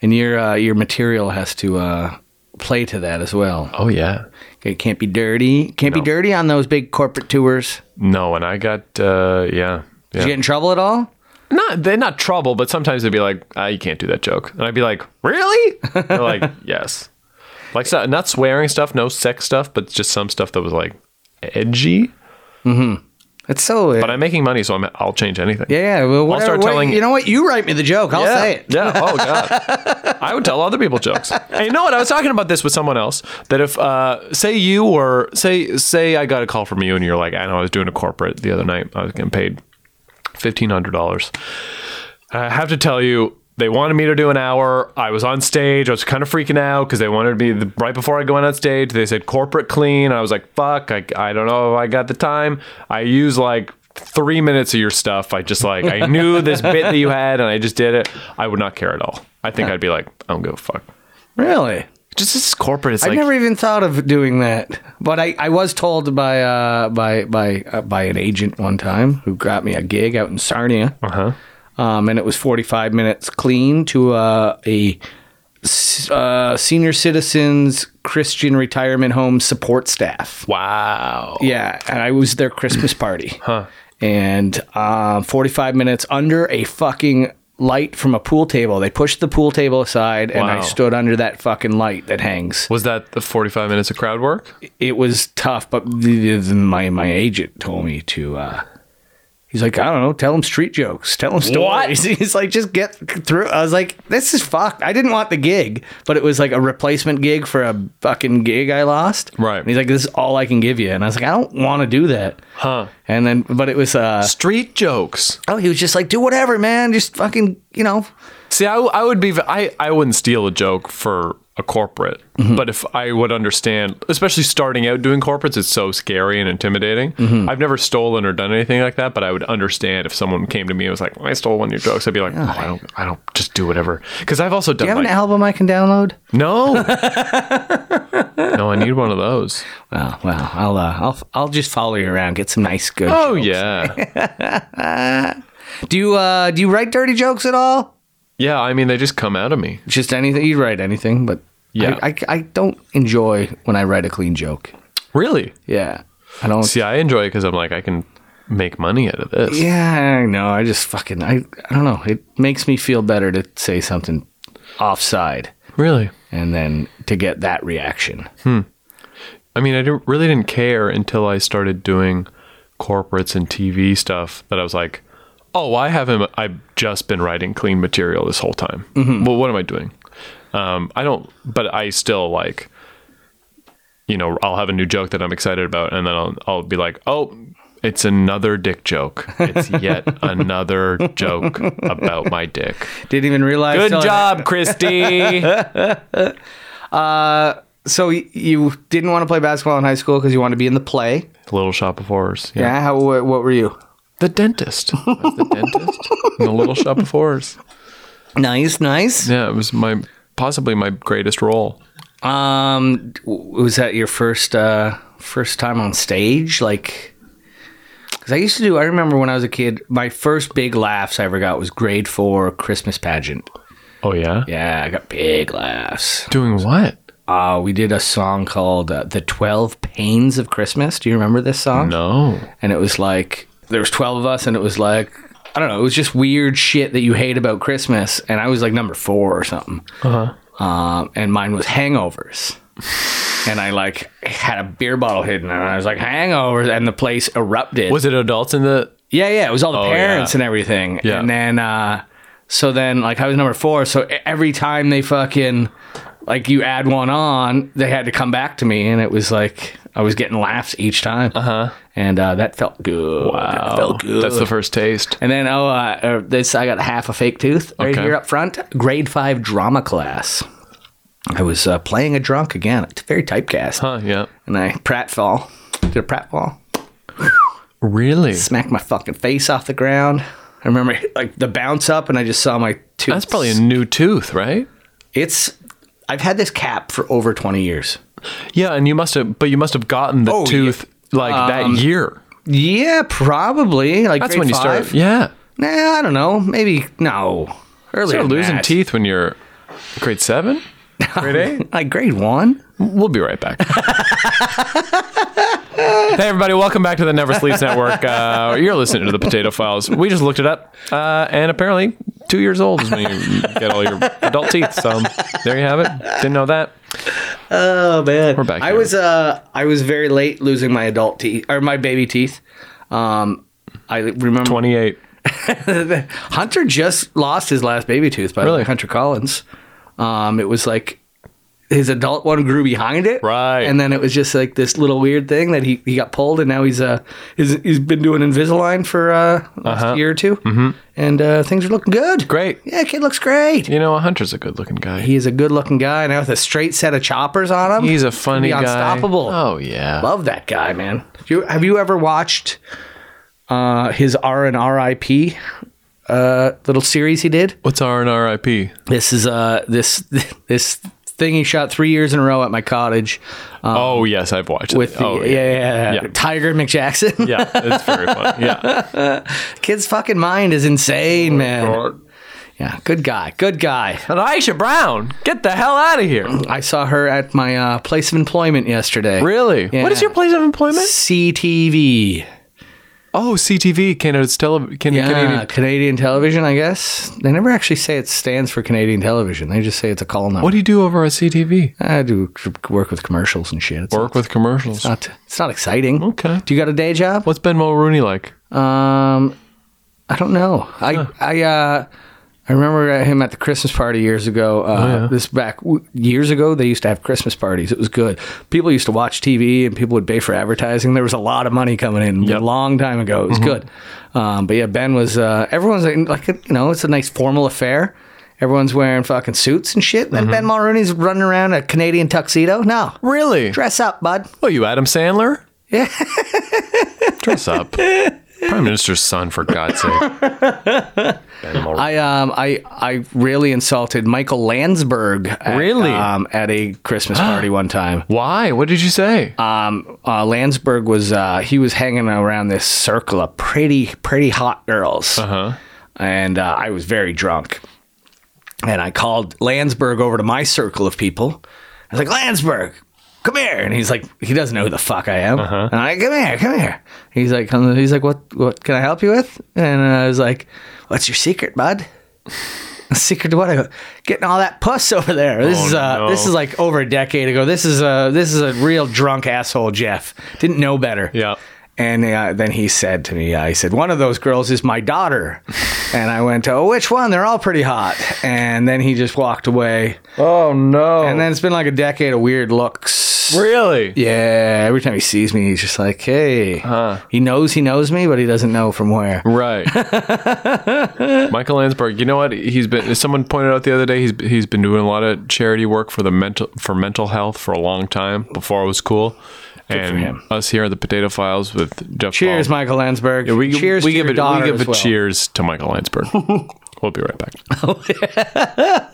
and your uh, your material has to uh, play to that as well. oh yeah It can't be dirty. Can't be dirty on those big corporate tours. no and i got uh yeah Did yeah. you get in trouble at all? Not they're not trouble, but sometimes they'd be like, ah, "You can't do that joke," and I'd be like, "Really?" They're like, "Yes." Like so, not swearing stuff, no sex stuff, but just some stuff that was like edgy. It's so. But I'm making money, so I'm, I'll change anything. yeah, yeah. Well, I'll whatever- start what- telling- You know what? You write me the joke. I'll yeah. say it. Yeah. Oh god. I would tell other people jokes. And you know what? I was talking about this with someone else. That if uh, say you were say say I got a call from you and you're like, I know I was doing a corporate the other night. I was getting paid fifteen hundred dollars. I have to tell you. They wanted me to do an hour. I was on stage. I was kind of freaking out because they wanted me the, right before I go on stage. They said corporate clean. I was like, fuck, I, I don't know if I got the time. I used like three minutes of your stuff. I just like, I knew this bit that you had and I just did it. I would not care at all. I think I'd be like, I don't give a fuck. Really? Just this is corporate. It's I like, never even thought of doing that, but I, I was told by uh, by by uh, by an agent one time who got me a gig out in Sarnia, uh-huh. um, and it was forty five minutes clean to uh, a s- uh, senior citizens Christian retirement home support staff. Wow. Yeah, and I was their Christmas party. huh. And um, 45 minutes under a fucking light from a pool table. They pushed the pool table aside, and I Wow. stood under that fucking light that hangs. Was that the 45 minutes of crowd work? It was tough, but the- the- my my agent told me to. Uh, He's like, I don't know. Tell him street jokes. Tell him stories. He's like, just get through. I was like, this is fucked. I didn't want the gig, but it was like a replacement gig for a fucking gig I lost. Right. And he's like, this is all I can give you, and I was like, I don't want to do that. Huh. And then, but it was, uh, Street jokes. oh, he was just like, do whatever, man. Just fucking, you know. See, I, I would be I, I wouldn't steal a joke for a corporate, Mm-hmm. but if I would understand, especially starting out doing corporates, it's so scary and intimidating. Mm-hmm. I've never stolen or done anything like that, but I would understand if someone came to me and was like, "I stole one of your jokes," I'd be like, oh, "I don't, I don't, just do whatever." Because I've also Do you done have like, an album I can download? no, no, I need one of those. Well, well, I'll, uh, I'll, I'll just follow you around, get some nice good. Oh yeah, Do you, uh, do you write dirty jokes at all? yeah. I mean, they just come out of me. Just anything. You write anything, but Yeah. I, I, I don't enjoy when I write a clean joke. Really? Yeah. I don't. See, I enjoy it because I'm like, I can make money out of this. yeah, I know. I just fucking, I, I don't know. It makes me feel better to say something offside Really? and then to get that reaction. I mean, I didn't, really didn't care until I started doing corporates and TV stuff that I was like, oh, I haven't, I've just been writing clean material this whole time. Well, what am I doing? Um, I don't, but I still like, you know, I'll have a new joke that I'm excited about and then I'll, I'll be like, oh, it's another dick joke. It's yet another joke about my dick. Didn't even realize. Good till I- job, Christy. So y- you didn't want to play basketball in high school because you wanted to be in the play. Little Shop of Horrors. Yeah. How? wh- What were you? The dentist. I was the dentist. In the little shop of horrors. Nice, nice. Yeah, it was my possibly my greatest role. Um, w- was that your first uh first time on stage? Like, because I used to do. I remember when I was a kid, my first big laughs I ever got was grade four Christmas pageant. Oh yeah? Yeah, I got big laughs. Doing what? Uh, we did a song called uh, "The Twelve Pains of Christmas." Do you remember this song? No. and it was like there was 12 of us and it was like i don't know it was just weird shit that you hate about christmas and i was like number four or something um, and mine was hangovers and i like had a beer bottle hidden and i was like hangovers and the place erupted Was it adults in the yeah yeah it was all the parents Oh, yeah. and everything Yeah. and then uh so then like i was number four so e- every time they fucking like you add one on they had to come back to me and it was like i was getting laughs each time uh-huh and uh, that felt good wow felt good oh, That's the first taste. and then oh, uh, uh, this I got half a fake tooth right Okay. here up front. Grade five drama class. I was uh, playing a drunk again. It's very typecast, Huh, yeah. and I pratfall. Did a pratfall. Really? Smacked my fucking face off the ground. I remember like the bounce up, and I just saw my tooth. That's probably a new tooth, right? it's. I've had this cap for over twenty years. Yeah, and you must have but you must have gotten the Oh, yeah. tooth like that year. Yeah, probably. Like Um, That's grade when you five. start. Yeah. Nah, I don't know. Maybe no. You Earlier start than losing that. teeth when you're grade 7? Grade 8? Like grade one. We'll be right back. hey, everybody, welcome back to the Never Sleeps Network. Uh, you're listening to the Potato Files. We just looked it up, uh, and apparently, two years old is when you get all your adult teeth. So there you have it. Didn't know that. Oh man, we're back I here. was uh, I was very late losing my adult teeth or my baby teeth. Um, I remember 28. Hunter just lost his last baby tooth. By the Really? way, Hunter Collins. Um, it was like his adult one grew behind it, Right. And then it was just like this little weird thing that he, he got pulled, and now he's uh he's, he's been doing Invisalign for uh, last year or 2 mm-hmm. and uh, things are looking good. Uh-huh. Great. yeah, kid looks great. You know, Hunter's a good looking guy. He is a good looking guy now with a straight set of choppers on him. He's a He's funny gonna guy. be unstoppable. Oh, yeah. Love that guy, man. You, have you ever watched uh, his R and RIP uh, little series he did? What's R and RIP? This is uh, this this thing he shot three years in a row at my cottage oh, yes, I've watched it. Um, with the, oh, yeah, yeah, yeah, Yeah. Tiger McJackson. Yeah, it's very fun. Yeah. Kid's fucking mind is insane, man. Yeah, good guy, good guy. And Aisha Brown, get the hell out of here. I saw her at my uh, place of employment yesterday. Really? Yeah. What is your place of employment? CTV. Oh, CTV, Canada's tele- Can- Yeah, Canadian. Canadian. television, I guess. They never actually say it stands for Canadian television. They just say it's a call number. What do you do over at CTV? I do tr- work with commercials and shit. It's Work with commercials. Not, it's not exciting. Okay. Do you got a day job? What's Ben Mulrooney like? Um, I don't know. I I uh, I remember him at the Christmas party years ago. Uh, Oh, This back w- years ago, they used to have Christmas parties. It was good. People used to watch TV, and people would pay for advertising. There was a lot of money coming in Yep. Mm-hmm. a long time ago. It was good. Um, but yeah, Ben was. Uh, everyone's like, like, you know, it's a nice formal affair. Everyone's wearing fucking suits and shit. Mm-hmm. And Ben Mulrooney's running around in a Canadian tuxedo. No, Really? dress up, bud. Oh, you Adam Sandler? Yeah. Dress up. Prime Minister's son, for God's sake. Ben Mulrooney. I um I I really insulted Michael Landsberg. At, Really? um, at a Christmas party one time. Why? What did you say? Um, uh, Landsberg was uh, he was hanging around this circle of pretty pretty hot girls, uh-huh. and uh, I was very drunk, and I called Landsberg over to my circle of people, I was like, Landsberg, come here. And he's like, he doesn't know who the fuck I am. Uh-huh. And I'm like, come here, come here. He's like, come, he's like, what, what can I help you with? And I was like, what's your secret, bud? secret to what? I go, getting all that puss over there. This Oh, is uh, no. this is like over a decade ago. This is a this is a real drunk asshole, Jeff. Didn't know better. Yeah. And uh, then he said to me, uh, he said, one of those girls is my daughter. and I went, oh, which one? They're all pretty hot. And then he just walked away. Oh no. And then it's been like a decade of weird looks. really? Uh-huh. Yeah, every time he sees me, he's just like, hey. He knows he knows me, but he doesn't know from where. Right. Michael Landsberg, you know what? He's been someone pointed out the other day he's he's been doing a lot of charity work for the mental for mental health for a long time before it was cool. and him. us here at the Potato Files with Jeff Cheers, Ball. Michael Landsberg. Oh. We, cheers we to give your it, daughter we give as a well. cheers to Michael Landsberg. we'll be right back.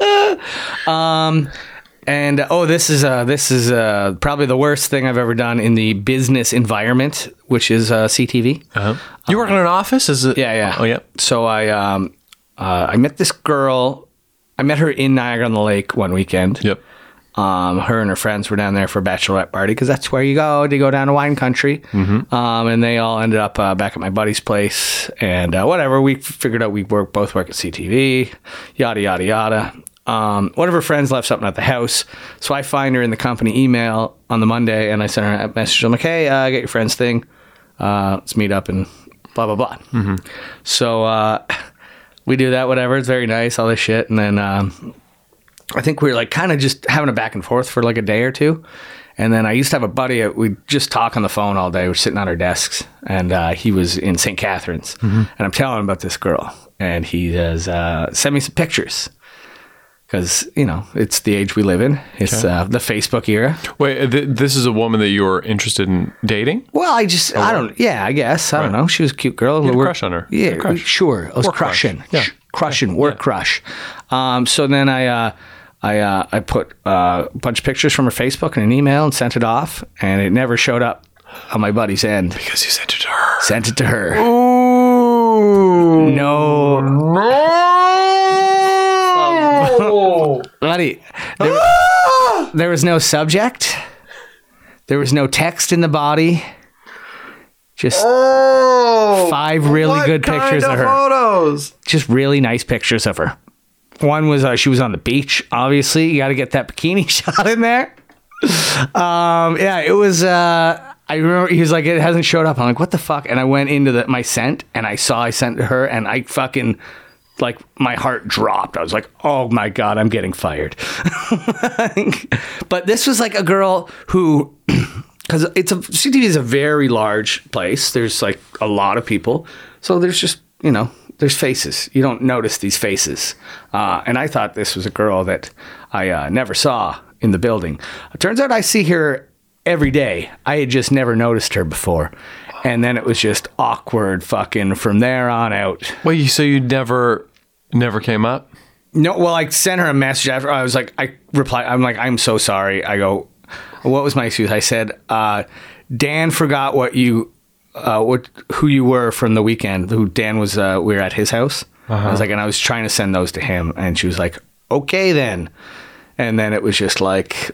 And uh, oh, this is uh, this is uh, probably the worst thing I've ever done in the business environment, which is uh, CTV. You work in an office? Is it? Yeah, yeah. Oh, Uh-huh. yeah. So I um, uh, I met this girl. I met her in Niagara on the Lake one weekend. Yep. Um, her and her friends were down there for a bachelorette party because that's where you go to go down to wine country. Um, and they all ended up uh, back at my buddy's place. And uh, whatever, we figured out we work both work at CTV, yada yada yada. Um, one of her friends left something at the house, so I find her in the company email on the Monday, and I sent her a message. I'm like, "Hey, uh, I got your friend's thing. Uh, let's meet up and blah blah blah." So uh, we do that, whatever. It's very nice, all this shit, and then. Um, I think we were like kind of just having a back and forth for like a day or two. And then I used to have a buddy, uh, we'd just talk on the phone all day. We're sitting on our desks, and uh, he was in St. Catharines. And I'm telling him about this girl, and he says, uh, Send me some pictures. Because, you know, it's the age we live in, it's uh, the Facebook era. Wait, uh, th- this is a woman that you were interested in dating? Well, I just, I don't, yeah, I guess. I don't know. She was a cute girl. had a We're- crush on her. Oh, You had Yeah, a crush. sure. I was Work crush. crushing. Yeah. Sh- Crushing, work crush. Um, so then I, uh, I, uh, I put uh, a bunch of pictures from her Facebook and an email and sent it off, and it never showed up on my buddy's end. Because you sent it to her. Sent it to her. Ooh. No, buddy. There, there was no subject. There was no text in the body. Just five really good pictures of her. photos. just really nice pictures of her. One was uh, she was on the beach. Obviously, you got to get that bikini shot in there. Um, yeah, it was. Uh, I remember he was like, "It hasn't showed up." I'm like, "What the fuck?" And I went into the, my scent, and I saw I sent to her, and I fucking like my heart dropped. I was like, "Oh my god, I'm getting fired." but this was like a girl who because it's a CTV is a very large place. There's like a lot of people, so there's just you know there's faces. You don't notice these faces, uh, and I thought this was a girl that I uh, never saw in the building. It turns out I see her every day. I had just never noticed her before, and then it was just awkward fucking from there on out. Wait, you- so you never, never came up? No, well, I sent her a message after. I was like, I reply. I'm like, I'm so sorry. I go, what was my excuse? I said, uh, Dan forgot what you, uh, what who you were from the weekend. Who Dan was? Uh, we were at his house. I was like, and I was trying to send those to him, and she was like, okay then. And then it was just like,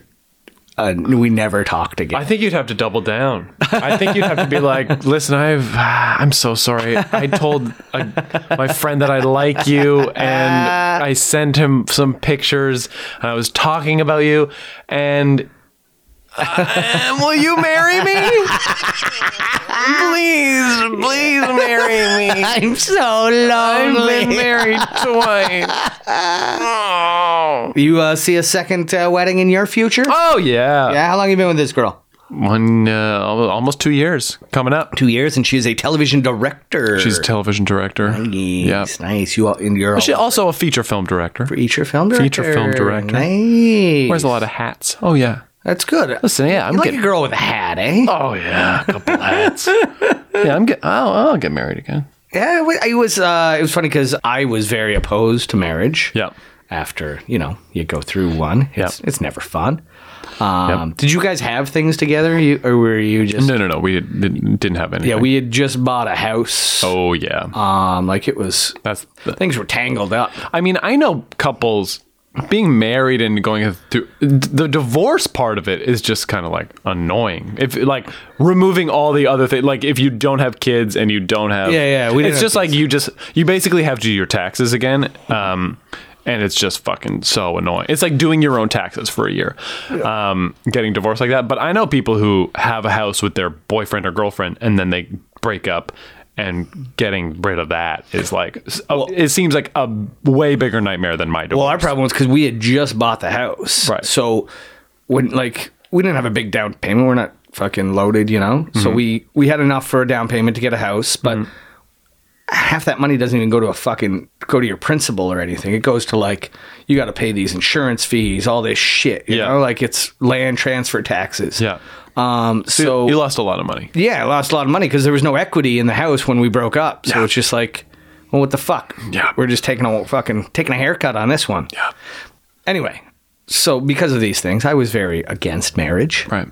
uh, we never talked again. I think you'd have to double down. I think you'd have to be like, listen, I've, I'm so sorry. I told a, my friend that I like you, and I sent him some pictures. And I was talking about you, and uh, will you marry me? Please, please marry me. I'm so I've been lonely. married twice. Oh. You uh, see a second uh, wedding in your future? Oh yeah, Yeah. How long you been with this girl? one uh, al- almost two years coming up. Two years, and she's a television director. She's a television director. Yeah, Nice, nice. You all in your she's also a feature film director. feature film director. Feature film director. Nice. Wears a lot of hats. Oh yeah. That's good. Listen, yeah, I'm you like getting. a girl with a hat, eh? oh yeah, a couple hats. yeah, I'm get. I'll, I'll get married again. Yeah, it wa- it was. Uh, it was funny because I was very opposed to marriage. Yeah. After you know you go through one, it's it's never fun. Um, Did you guys have things together, you, or were you just? No, no, no. We didn't, didn't have any. Yeah, we had just bought a house. Oh Uh, yeah. Um, like it was That's. The, things were tangled up. I mean, I know couples being married and going through the divorce part of it is just kind of like annoying. If like removing all the other things, like if you don't have kids and you don't have Yeah, yeah, we didn't it's have just like you just you basically have to do your taxes again. Um, and it's just fucking so annoying. It's like doing your own taxes for a year, um, getting divorced like that. But I know people who have a house with their boyfriend or girlfriend and then they break up. And getting rid of that is like, s- oh, it seems like a way bigger nightmare than my divorce. Well, our problem was because we had just bought the house, Right. So when like we didn't have a big down payment, we're not fucking loaded, you know. Mm-hmm. So we we had enough for a down payment to get a house, but half that money doesn't even go to a fucking go to your principal or anything. It goes to like you got to pay these insurance fees, all this shit. You Yeah. know, like it's land transfer taxes. Yeah. Um. So you lost a lot of money. yeah, I lost a lot of money because there was no equity in the house when we broke up. So it's just like, well, what the fuck? Yeah. we're just taking a fucking taking a haircut on this one. Yeah. Anyway, so because of these things, I was very against marriage. Right.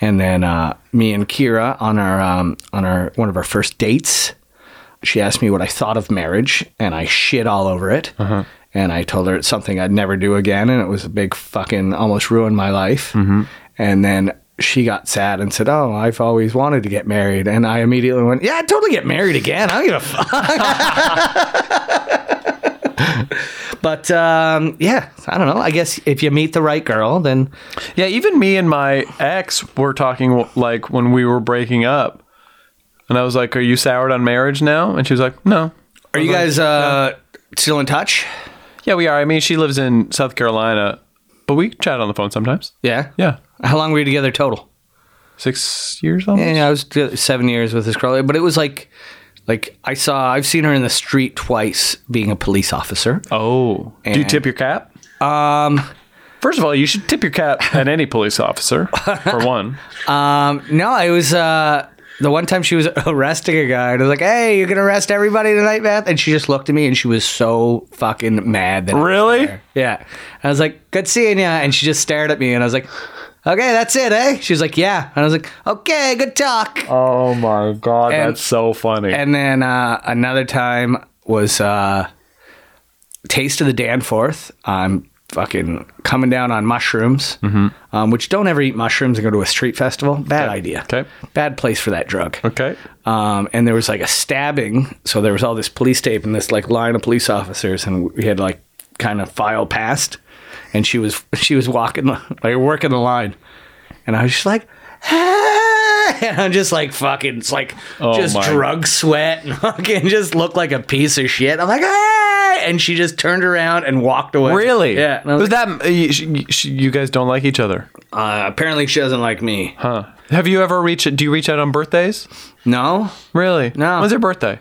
And then uh, me and Kira on our um, on our one of our first dates, she asked me what I thought of marriage, and I shit all over it. And I told her it's something I'd never do again, and it was a big fucking almost ruined my life. And then she got sad and said, "Oh, I've always wanted to get married," and I immediately went, "Yeah, I'd totally get married again. I don't give a fuck." but um, yeah, I don't know. I guess if you meet the right girl, then Yeah, even me and my ex were talking like when we were breaking up. And I was like, "Are you soured on marriage now?" And she was like, "No." Are you guys uh, still in touch? Yeah, we are. I mean, she lives in South Carolina, but we chat on the phone sometimes. Yeah. Yeah. How long were you together total? 6 years almost. Yeah, I was together seven years with this girl, but it was like, like I saw, I've seen her in the street twice being a police officer. Oh. Do you And- tip your cap? Um, First of all, you should tip your cap at any police officer for one. no, it was uh, the one time she was arresting a guy, and I was like, "Hey, you're gonna arrest everybody tonight, Beth?" And she just looked at me, and she was so fucking mad. That I was Really? there. Yeah. And I was like, "Good seeing ya," and she just stared at me, and I was like. Okay, that's it, eh? She was like, "Yeah," and I was like, "Okay, good talk." Oh my god, And- that's so funny. And then uh, another time was uh, Taste of the Danforth. I'm fucking coming down on mushrooms, um, which don't ever eat mushrooms and go to a street festival. Bad idea. Mm-hmm. Okay. Bad place for that drug. okay. Um, and there was like a stabbing. So there was all this police tape and this like line of police officers, and we had like kind of file past. And she was she was walking the- like working the line, and I was just like, "Ah!" and I'm just like fucking, it's like Oh, just my. drug sweat and fucking just look like a piece of shit. I'm like, ah! and she just turned around and walked away. Really? Yeah. And I was Was like, that Uh, you, sh- you guys don't like each other? uh, apparently she doesn't like me. Huh. Have you ever reached? Do you reach out on birthdays? No, Really? No. When's your birthday?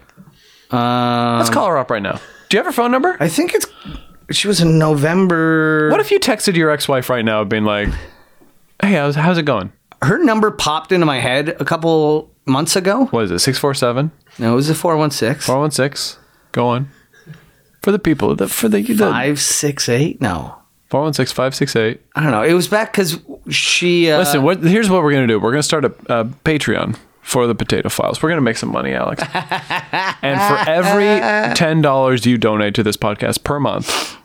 uh, Let's call her up right now. Do you have her phone number? I think it's she was in November. What if you texted your ex-wife right now, being like, "Hey, how's, how's it going? her number popped into my head a couple months ago. What is it? Six four seven No, it was a 416. four one six. Go on. For the people, the, for the, the 568? No. four one six five six eight. I don't know. It was back because she. Uh, Listen, what, here's what we're gonna do. We're gonna start a, a Patreon for the Potato Files. We're gonna make some money, Alex. and for every ten dollars you donate to this podcast per month,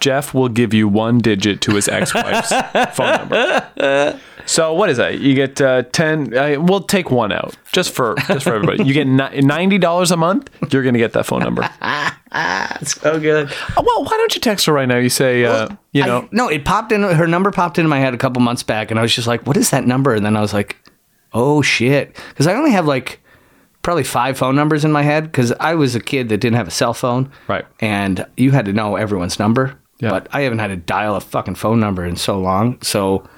Jeff will give you one digit to his ex-wife's phone number. So what is that? You get uh, ten. Uh, we'll take one out just for just for everybody. You get ni- ninety dollars a month. You're gonna get that phone number. so good. Oh, well, why don't you text her right now? You say, uh, you know, I, no, it popped in. Her number popped into my head a couple months back, and I was just like, what is that number? And then I was like, oh shit. Because I only have like probably five phone numbers in my head because I was a kid that didn't have a cell phone. Right. And you had to know everyone's number. Yeah. But I haven't had to dial a fucking phone number in so long. So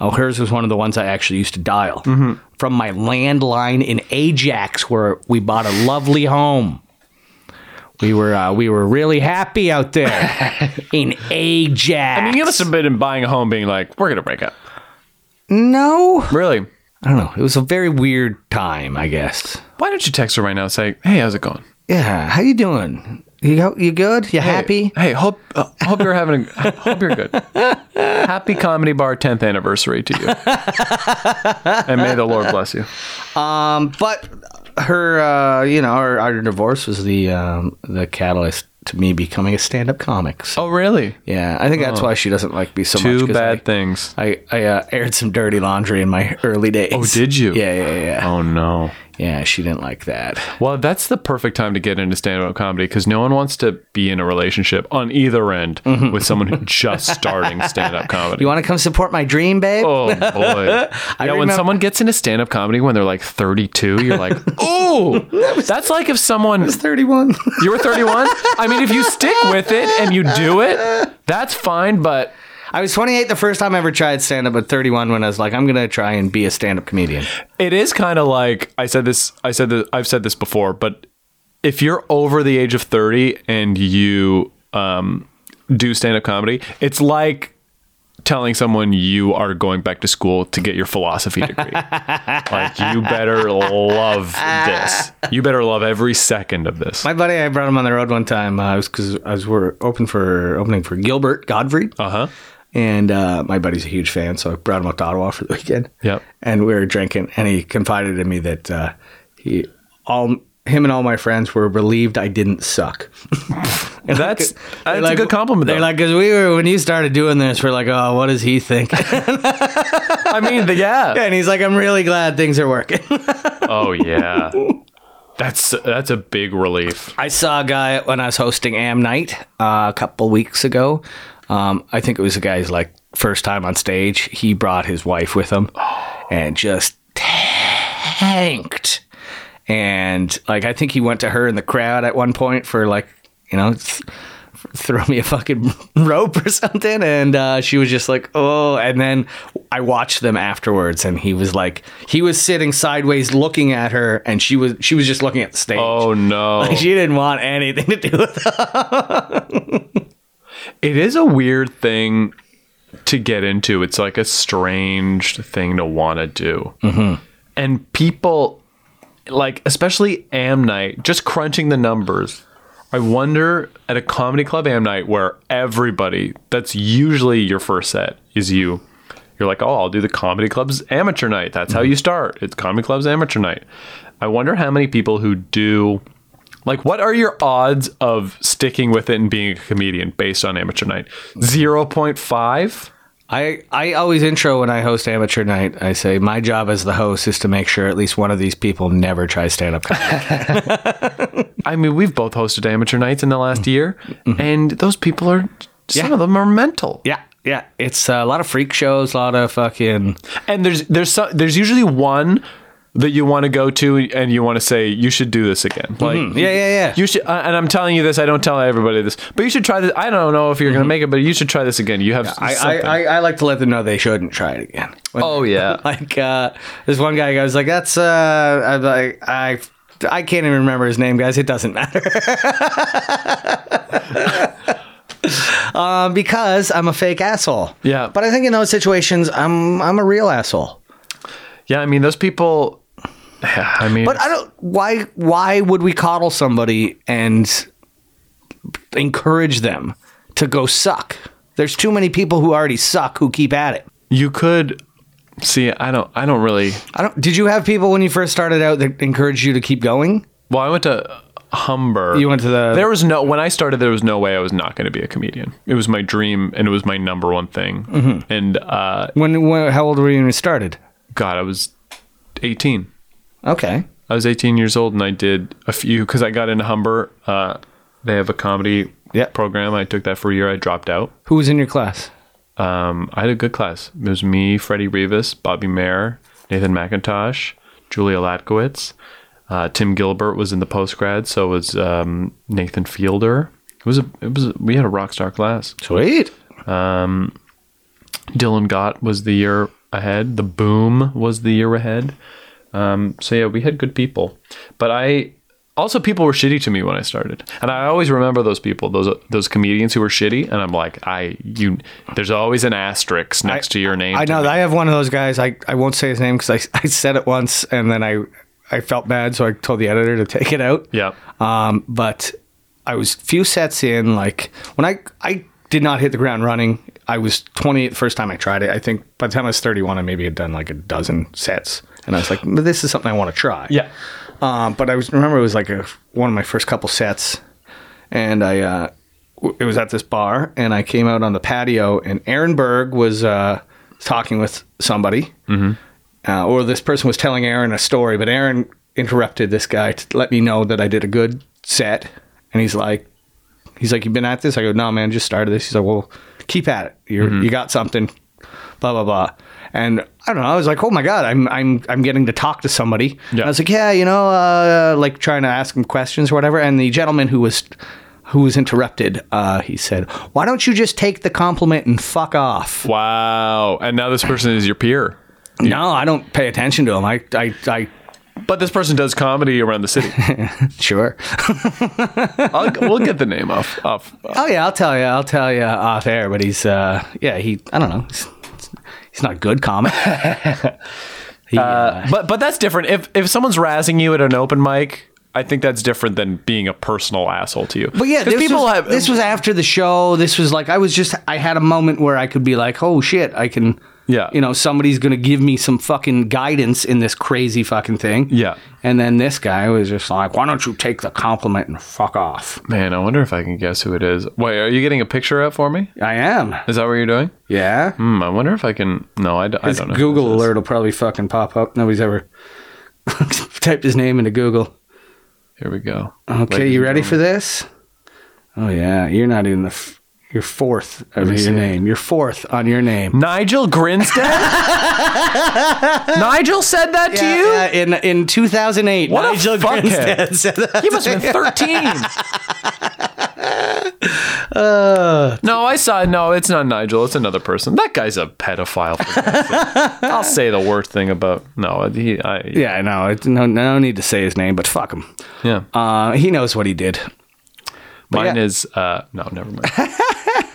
oh, hers was one of the ones I actually used to dial Mm-hmm. from my landline in Ajax where we bought a lovely home. We were uh, we were really happy out there in Ajax. I mean, you must have been in buying a home, being like, we're gonna break up. no, Really? I don't know. It was a very weird time, I guess. Why don't you text her right now and say, "Hey, how's it going? Yeah, how you doing? You you good? You Hey, happy? Hey, hope uh, hope you're having a hope you're good. Happy Comedy Bar 10th anniversary to you, and may the Lord bless you. But her, uh, you know, our, our divorce was the um, the catalyst to me becoming a stand-up comic. So, Oh, really? yeah, I think that's why she doesn't like me so much. Oh. Two 'cause bad I, things. I, I uh, aired some dirty laundry in my early days. Oh, did you? Yeah, yeah, yeah. Oh no. Yeah, she didn't like that. Well, that's the perfect time to get into stand-up comedy because no one wants to be in a relationship on either end with someone who's just starting stand-up comedy. You want to come support my dream, babe? Oh boy! yeah, when remember- someone gets into stand-up comedy when they're like 32, you're like, "Ooh, that's like if someone 31. you were 31." I mean, if you stick with it and you do it, that's fine. But I was 28 the first time I ever tried stand up, but 31 when I was like, I'm going to try and be a stand up comedian. it is kind of like I said this. I said this. I've said this before, but if you're over the age of 30 and you um, do stand-up comedy, it's like telling someone you are going back to school to get your philosophy degree. like you better love this. You better love every second of this. My buddy, I brought him on the road one time. Uh, I was because I was we're open for opening for Gilbert Godfrey, Uh-huh. and uh, my buddy's a huge fan, so I brought him up to Ottawa for the weekend. Yep. and we were drinking, and he confided in me that uh, he all him and all my friends were relieved I didn't suck. That's that's Like, a good compliment though. They're like, because we were when you started doing this, we're like, oh, what does he think? I mean, the, yeah. and he's like, I'm really glad things are working. Oh yeah. That's that's a big relief. I saw a guy when I was hosting Am Night uh, a couple weeks ago. Um, I think it was a guy's like first time on stage. He brought his wife with him, and just tanked. And like I think he went to her in the crowd at one point for like you know th- throw me a fucking rope or something, and uh, she was just like oh. And then I watched them afterwards, and he was like he was sitting sideways looking at her, and she was she was just looking at the stage. Oh no. She didn't want anything to do with it. It is a weird thing to get into. It's like a strange thing to want to do. Mm-hmm. And people, like, especially Am Night, just crunching the numbers. I wonder at a comedy club Am Night where everybody, that's usually your first set, is you. You're like, oh, I'll do the comedy club's amateur night. That's how you start. It's comedy club's amateur night. I wonder how many people who do like, what are your odds of sticking with it and being a comedian based on amateur night? 0.5? I, I always intro when I host amateur night. I say my job as the host is to make sure at least one of these people never tries stand up comedy. I mean, we've both hosted amateur nights in the last Mm-hmm. year, and those people are, some of them are mental. yeah, yeah. It's uh, a lot of freak shows, a lot of fucking. And there's, there's, so, there's usually one that you want to go to and you want to say, you should do this again. Like, Mm-hmm. Yeah, yeah, yeah. You should, uh, and I'm telling you this. I don't tell everybody this, but you should try this. I don't know if you're gonna make it, but you should try this again. You have, Mm-hmm. I, I, something. I, I like to let them know they shouldn't try it again. When- oh yeah, like uh, this one guy goes like that's uh, I like I. I can't even remember his name, guys. It doesn't matter. um, because I'm a fake asshole. Yeah. But I think in those situations, I'm I'm a real asshole. yeah. I mean, those people. I mean, But I don't. Why Why would we coddle somebody and encourage them to go suck? There's too many people who already suck who keep at it. you could see i don't i don't really I don't. Did you have people when you first started out that encouraged you to keep going? well i went to humber You went to the- there was no when i started there was no way i was not going to be a comedian it was my dream and it was my number one thing Mm-hmm. and uh When, when how old were you when you started? god i was 18 Okay. i was 18 years old and i did a few because i got into humber uh they have a comedy Yeah. program i took that for a year i dropped out Who was in your class? Um, I had a good class. It was me, Freddie Rivas, Bobby Mayer, Nathan McIntosh, Julia Latkowitz. Uh, Tim Gilbert was in the post grad, so was um, Nathan Fielder. It was a, it was a, we had a rock star class. Sweet. Dylan Gott was the year ahead. The Boom was the year ahead. Um, so yeah, we had good people, but I also people were shitty to me when I started, and I always remember those people, those those comedians who were shitty, and I'm like, I you, there's always an asterisk next to your name. I to know. me. that I have one of those guys. I, I won't say his name because I, I said it once and then I I felt bad, so I told the editor to take it out. Yeah. Um, but I was few sets in. Like when I I did not hit the ground running. I was 28 the first time I tried it. I think by the time I was 31, I maybe had done like a dozen sets, and I was like, "But this is something I want to try. Yeah. Um, but I was remember it was like a, one of my first couple sets, and I uh, w- it was at this bar, and I came out on the patio, and Aaron Berg was uh, talking with somebody, uh, or this person was telling Aaron a story, but Aaron interrupted this guy to let me know that I did a good set, and he's like, he's like, you've been at this. I go, no, man, just started this. He's like, well, keep at it. You are you got something. Blah blah blah. And I don't know. I was like, oh my god, I'm I'm I'm getting to talk to somebody. And I was like, yeah, you know, uh, like trying to ask him questions or whatever. And the gentleman who was who was interrupted, uh, he said, why don't you just take the compliment and fuck off? Wow. And now this person is your peer. No, I don't pay attention to him. I I, I But this person does comedy around the city. sure. I'll, we'll get the name off. off. Oh yeah, I'll tell you. I'll tell you off air. But he's uh, yeah, he I don't know. He's, he's not a good comic. He, uh, But but that's different. If if someone's razzing you at an open mic, I think that's different than being a personal asshole to you. But yeah, because this people was, have this was after the show. This was like I was just I had a moment where I could be like, oh shit, I can. Yeah. You know, somebody's gonna give me some fucking guidance in this crazy fucking thing. Yeah. And then this guy was just like, why don't you take the compliment and fuck off? Man, I wonder if I can guess who it is. Wait, are you getting a picture up for me? I am. Is that what you're doing? Yeah. Hmm, I wonder if I can. No, I, d- I His don't know. Google alert will probably fucking pop up. Nobody's ever typed his name into Google. Here we go. Okay, Ladies you and ready for this? Oh yeah, you're not even the f- you're fourth of your name. You're fourth on your name. Nigel Grinstead? Nigel said that to you? Yeah, in in 2008, What a Nigel fuckhead. Grinstead said that. He must have been 13. Uh, no, I saw. No, it's not Nigel. It's another person. That guy's a pedophile. For God's sake. I'll say the worst thing about. No, he. I, yeah. Yeah, no, it's- no, no need to say his name, but fuck him. Uh, he knows what he did. Mine yeah. is. Uh, no, never mind.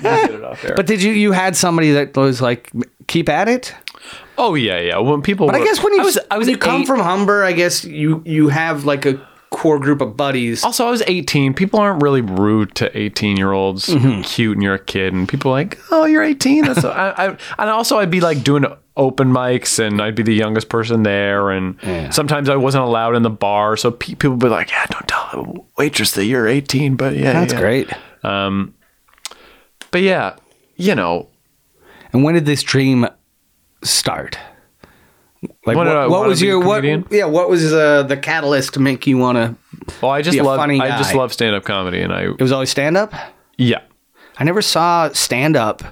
We'll get it off air. But did you you had somebody that was like, keep at it? oh yeah, yeah. When people, But I were- guess when you, I was, I was when you come eight- from Humber, I guess you you have like a core group of buddies. Also, I was 18. People aren't really rude to 18 year olds. Mm-hmm. Cute, and you're a kid, and people are like, oh, you're 18. That's so, I, I, and also, I'd be like doing open mics, and I'd be the youngest person there, and sometimes I wasn't allowed in the bar, so pe- people would be like, yeah, don't tell the waitress that you're 18, but yeah, yeah. great. But yeah, you know, And when did this dream start? Like When what, did I what wanna was be a your what? comedian? Yeah, what was uh, the catalyst to make you want to? well, I just Be a love, funny I just guy. love stand up comedy, and I, It was always stand up. yeah, I never saw stand up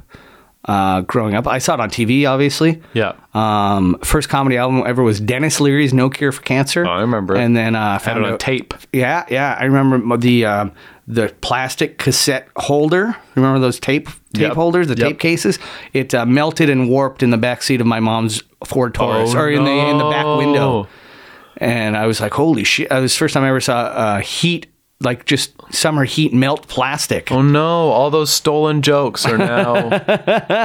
uh, growing up. I saw it on TV, obviously. yeah. Um, first comedy album ever was Dennis Leary's "No Cure for Cancer." Oh, I remember. And then uh, Had found it on out- tape. Yeah, yeah. I remember m- the um, the plastic cassette holder. Remember those tape tape Yep. holders, the Yep. tape cases? It uh, melted and warped in the back seat of my mom's Ford Taurus, Oh, or in the in the back no. window. And I was like, "Holy shit!" It was the first time I ever saw uh, heat, like just summer heat melt plastic. Oh no! All those stolen jokes are now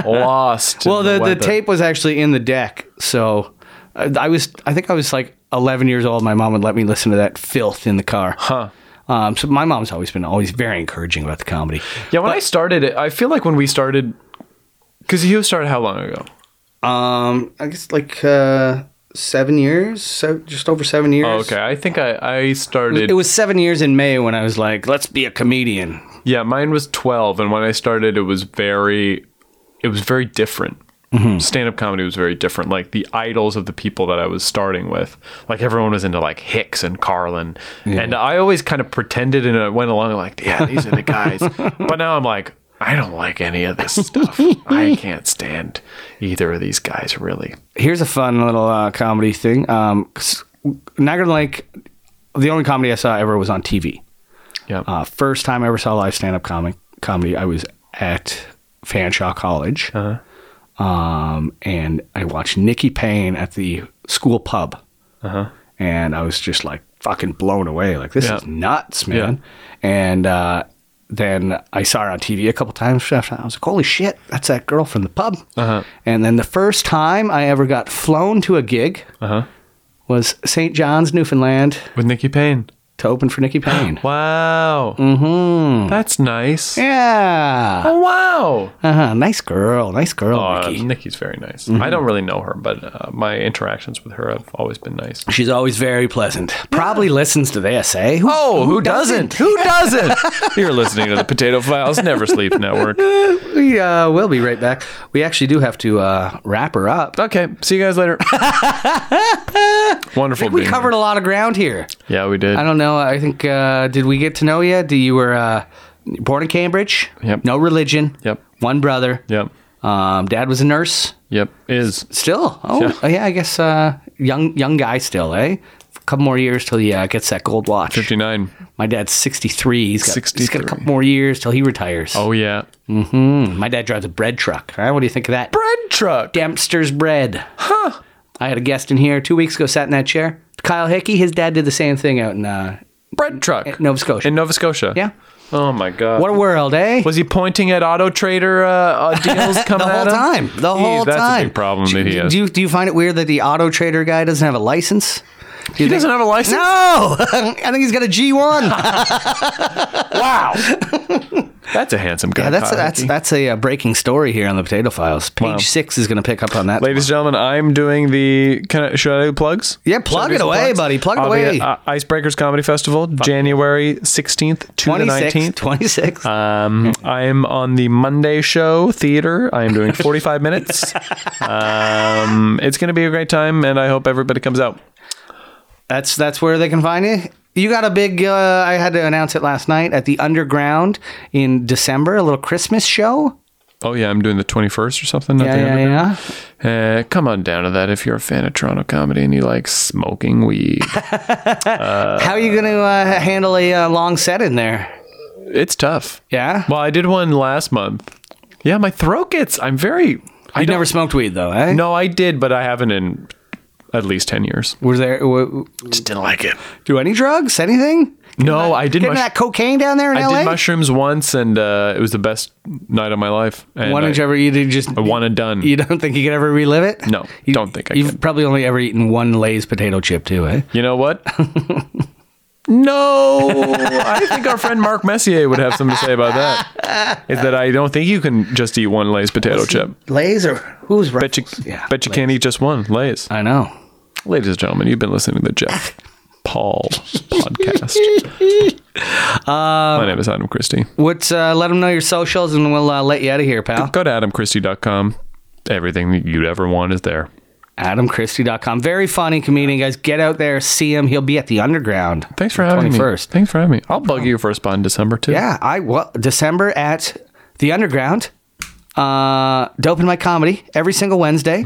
lost. in well, the, the weather. tape was actually in the deck, so uh, I was I think I was like 11 years old. My mom would let me listen to that filth in the car. Huh. Um, so my mom's always been always very encouraging about the comedy. Yeah, when I started it, I feel like when we started, because you started how long ago? Um, I guess like uh, seven years, so just over seven years. Oh, okay, I think I I started. It was seven years in May when I was like, "Let's be a comedian." yeah, mine was twelve, and when I started, it was very, it was very different. Mm-hmm. Stand up comedy was very different. Like the idols of the people that I was starting with, like everyone was into like Hicks and Carlin, and I always kind of pretended and I went along like, yeah, these are the guys. but now I'm like. I don't like any of this stuff. I can't stand either of these guys, really. Here's a fun little uh, comedy thing. Um, 'cause Niagara Lake, the only comedy I saw ever was on TV. Yeah. Uh, first time I ever saw live stand up comic comedy, I was at Fanshawe College, Uh-huh. um, and I watched Nikki Payne at the school pub, and I was just like fucking blown away. Like this Uh-huh. Yeah. is nuts, man. And uh, then I saw her on TV a couple times. After that. I was like, holy shit, that's that girl from the pub. Uh-huh. And then the first time I ever Uh-huh. got flown to a gig was St. John's, Newfoundland. With Nikki Payne. to open for Nikki Payne. Wow. Mm. Mm-hmm. That's nice. Yeah. Oh, wow. Uh-huh. Nice girl. Nice girl, Uh, Oh, Nikki. Mm-hmm. Nikki's very nice. I don't really know her, but uh, my interactions with her have always been nice. She's always very pleasant. Probably listens to this, eh? Who- Oh, who, doesn't? Who doesn't? You're listening to the Potato Files Never Sleep Network. We uh, will be right back. We actually do have to uh, wrap her up. Okay, see you guys later. Wonderful. We being covered a lot of ground here. here. Yeah, we did. I don't know. I think uh, did we get to know you? Do you were uh, born in Cambridge? Yep. No religion. Yep. One brother. Yep. Um, dad was a nurse. Yep. Is Still. Oh Yeah. yeah. I guess uh, young young guy still, eh? A couple more years till he uh, gets that gold watch. 59. My dad's 63. He's got, He's got a 63. couple more years till he retires. Hmm. Oh yeah. My dad drives a bread truck. All right, what do you think of that? Bread truck. Dempster's bread. Huh. I had a guest in here two weeks ago, sat in that chair. Kyle Hickey, his dad did the same thing out in uh, Bread truck. Nova Scotia. In Nova Scotia. yeah. Oh my god. What a world, eh? was he pointing at Auto Trader uh, uh, deals the coming whole at him? time. The Jeez, whole that's time. a big problem that he do, has. do you, do you find it weird that the auto trader guy doesn't have a license? Do you he think- doesn't have a license. No! I think he's got a G1. Wow. that's a handsome guy. Yeah, that's, Kyle that's, Hickey. that's a uh, breaking story here on the Potato Files. Page six is going to pick up on that. Ladies and gentlemen, I'm doing the. Can I, should I do plugs? Yeah, plug Should I do it some away, buddy. Plug it I'll be away. at, uh, Icebreakers Comedy Festival, January 16th to the 26. 19th. 26. Um, I am on the Monday show theater. I am doing 45 minutes. Um, it's going to be a great time, and I hope everybody comes out. That's that's where they can find you. You got a big. Uh, I had to announce it last night at the Underground in December, a little Christmas show. Oh yeah, I'm doing the 21st or something. not Yeah, the yeah, end yeah. of it. Uh, come on down to that if you're a fan of Toronto comedy and you like smoking weed. How are you going to uh, handle a uh, long set in there? it's tough. Yeah, Well, I did one last month. Yeah, my throat gets. I'm very. I you don't- never smoked weed though, eh? No, I did, but I haven't in at least 10 years. Was there? W- Just didn't like it. do any drugs? Anything? No, I did. Getting mush- that cocaine down there in I L.A. did mushrooms once, and uh, it was the best night of my life. And Why I, don't you ever eat it? Just I one and done. you don't think you could ever relive it? No, you, don't think I You've could. probably only ever eaten one Lay's potato chip too, eh? You know what? no, I think our friend Mark Messier would have something to say about that. Is that I don't think you can just eat one Lay's potato chip. Lay's or who's right? Bet you, bet you can't eat just one Lay's. I know. Ladies and gentlemen, you've been listening to the Jeff Paul podcast. Um, My name is Adam Christie. What's uh, let them know your socials and we'll uh, let you out of here, pal. Go to adamchristie.com. Everything that you'd ever want is there. AdamChristie.com. Very funny comedian, guys. Get out there, see him. He'll be at the Underground. Thanks for having First, me. Thanks for having me. I'll bug you for a spot in December too. Oh. yeah, I well December at the Underground. Uh, dope in my comedy every single Wednesday.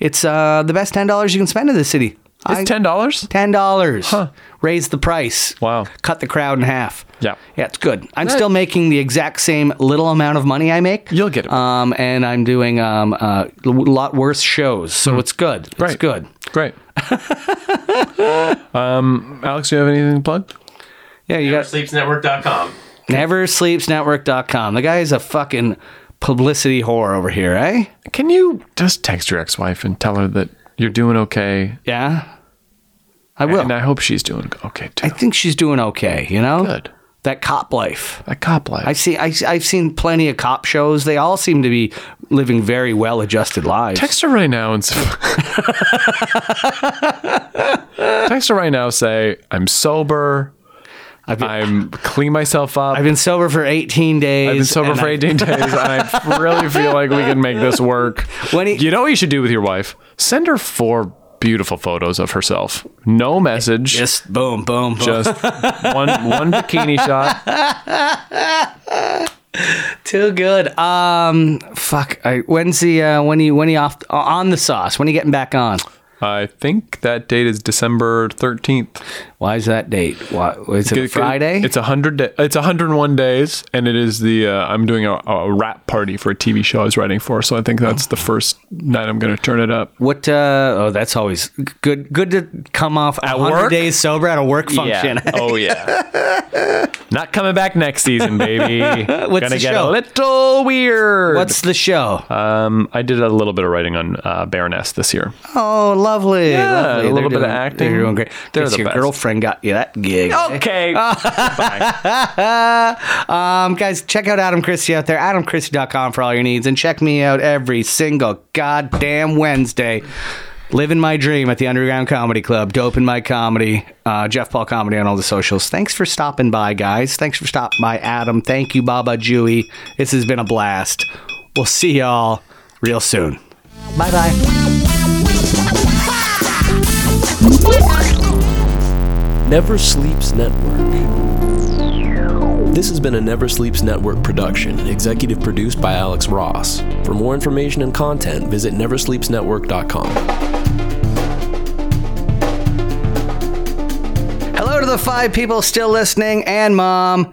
It's uh the best ten dollars you can spend in this city. I- It's ten dollars. Ten dollars. Raise the price. Wow. Cut the crowd in half. Yeah. Yeah, it's good. I'm still making the exact same little amount of money I make. You'll get it. Um, and I'm doing um uh, a lot worse shows, so it's good. It's Hmm. Right. good. Great. um, Alex, do you have anything to plug? Yeah, you got Sleepsnetwork.com. neversleepsnetwork.com. The guy is a fucking publicity whore over here, eh? Can you just text your ex-wife and tell her that you're doing okay, Yeah. I will. and uh, I, I hope she's doing okay too. think she's doing okay, you know? Good. That cop life. That cop life. I see I I've seen plenty of cop shows. They all seem to be living very well-adjusted lives. text her right now and s- text her right now. Say I'm sober. I've been, I'm clean myself up. I've been sober for 18 days. I've been sober and for I- 18 days, and I really feel like we can make this work. When he- you know what you should do with your wife? Send her four beautiful photos of herself. No message, just, Just boom, boom, boom. one one bikini shot. Too good. Um, fuck. I, when's the uh, when you when you off on the sauce? When you getting back on? I think that date is December 13th. Why is that date? Why is it a Friday? It's a hundred. Da- it's 101 days, and it is the. Uh, I'm doing a, a rap party for a TV show I was writing for, so I think that's the first night I'm going to turn it up. what? Uh, oh, that's always good. Good to come off at work? days sober at a work function. Yeah. Oh yeah. Not coming back next season, baby. Gonna the get show? a little weird. What's the show? um? I did a little bit of writing on uh, Baroness this year. oh, lovely. Yeah, lovely. a little They're bit of doing- acting. They're doing great. They're It's the your best. Oh, girlfriend got you that gig. Okay. Um, guys, check out Adam Christie out there, adamchristie.com for all your needs, and check me out every single goddamn Wednesday. Living my dream at the Underground Comedy Club, Dope in My Comedy, uh, Jeff Paul Comedy on all the socials. Thanks for stopping by, guys. Thanks for stopping by, Adam. Thank you, Baba Jewy. This has been a blast. We'll see y'all real soon. Bye bye. Never Sleeps Network. This has been a Never Sleeps Network production, executive produced by Alex Ross. For more information and content, visit neversleepsnetwork.com. Hello to the five people still listening and mom.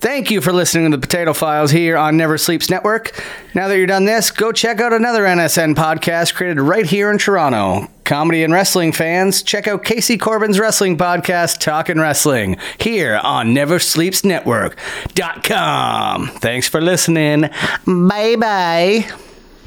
Thank you for listening to the Potato Files here on Never Sleeps Network. Now that you're done this, go check out another NSN podcast created right here in Toronto. Comedy and wrestling fans, check out Casey Corbin's wrestling podcast, Talkin' Wrestling, here on NeverSleepsNetwork.com. Thanks for listening. Bye bye.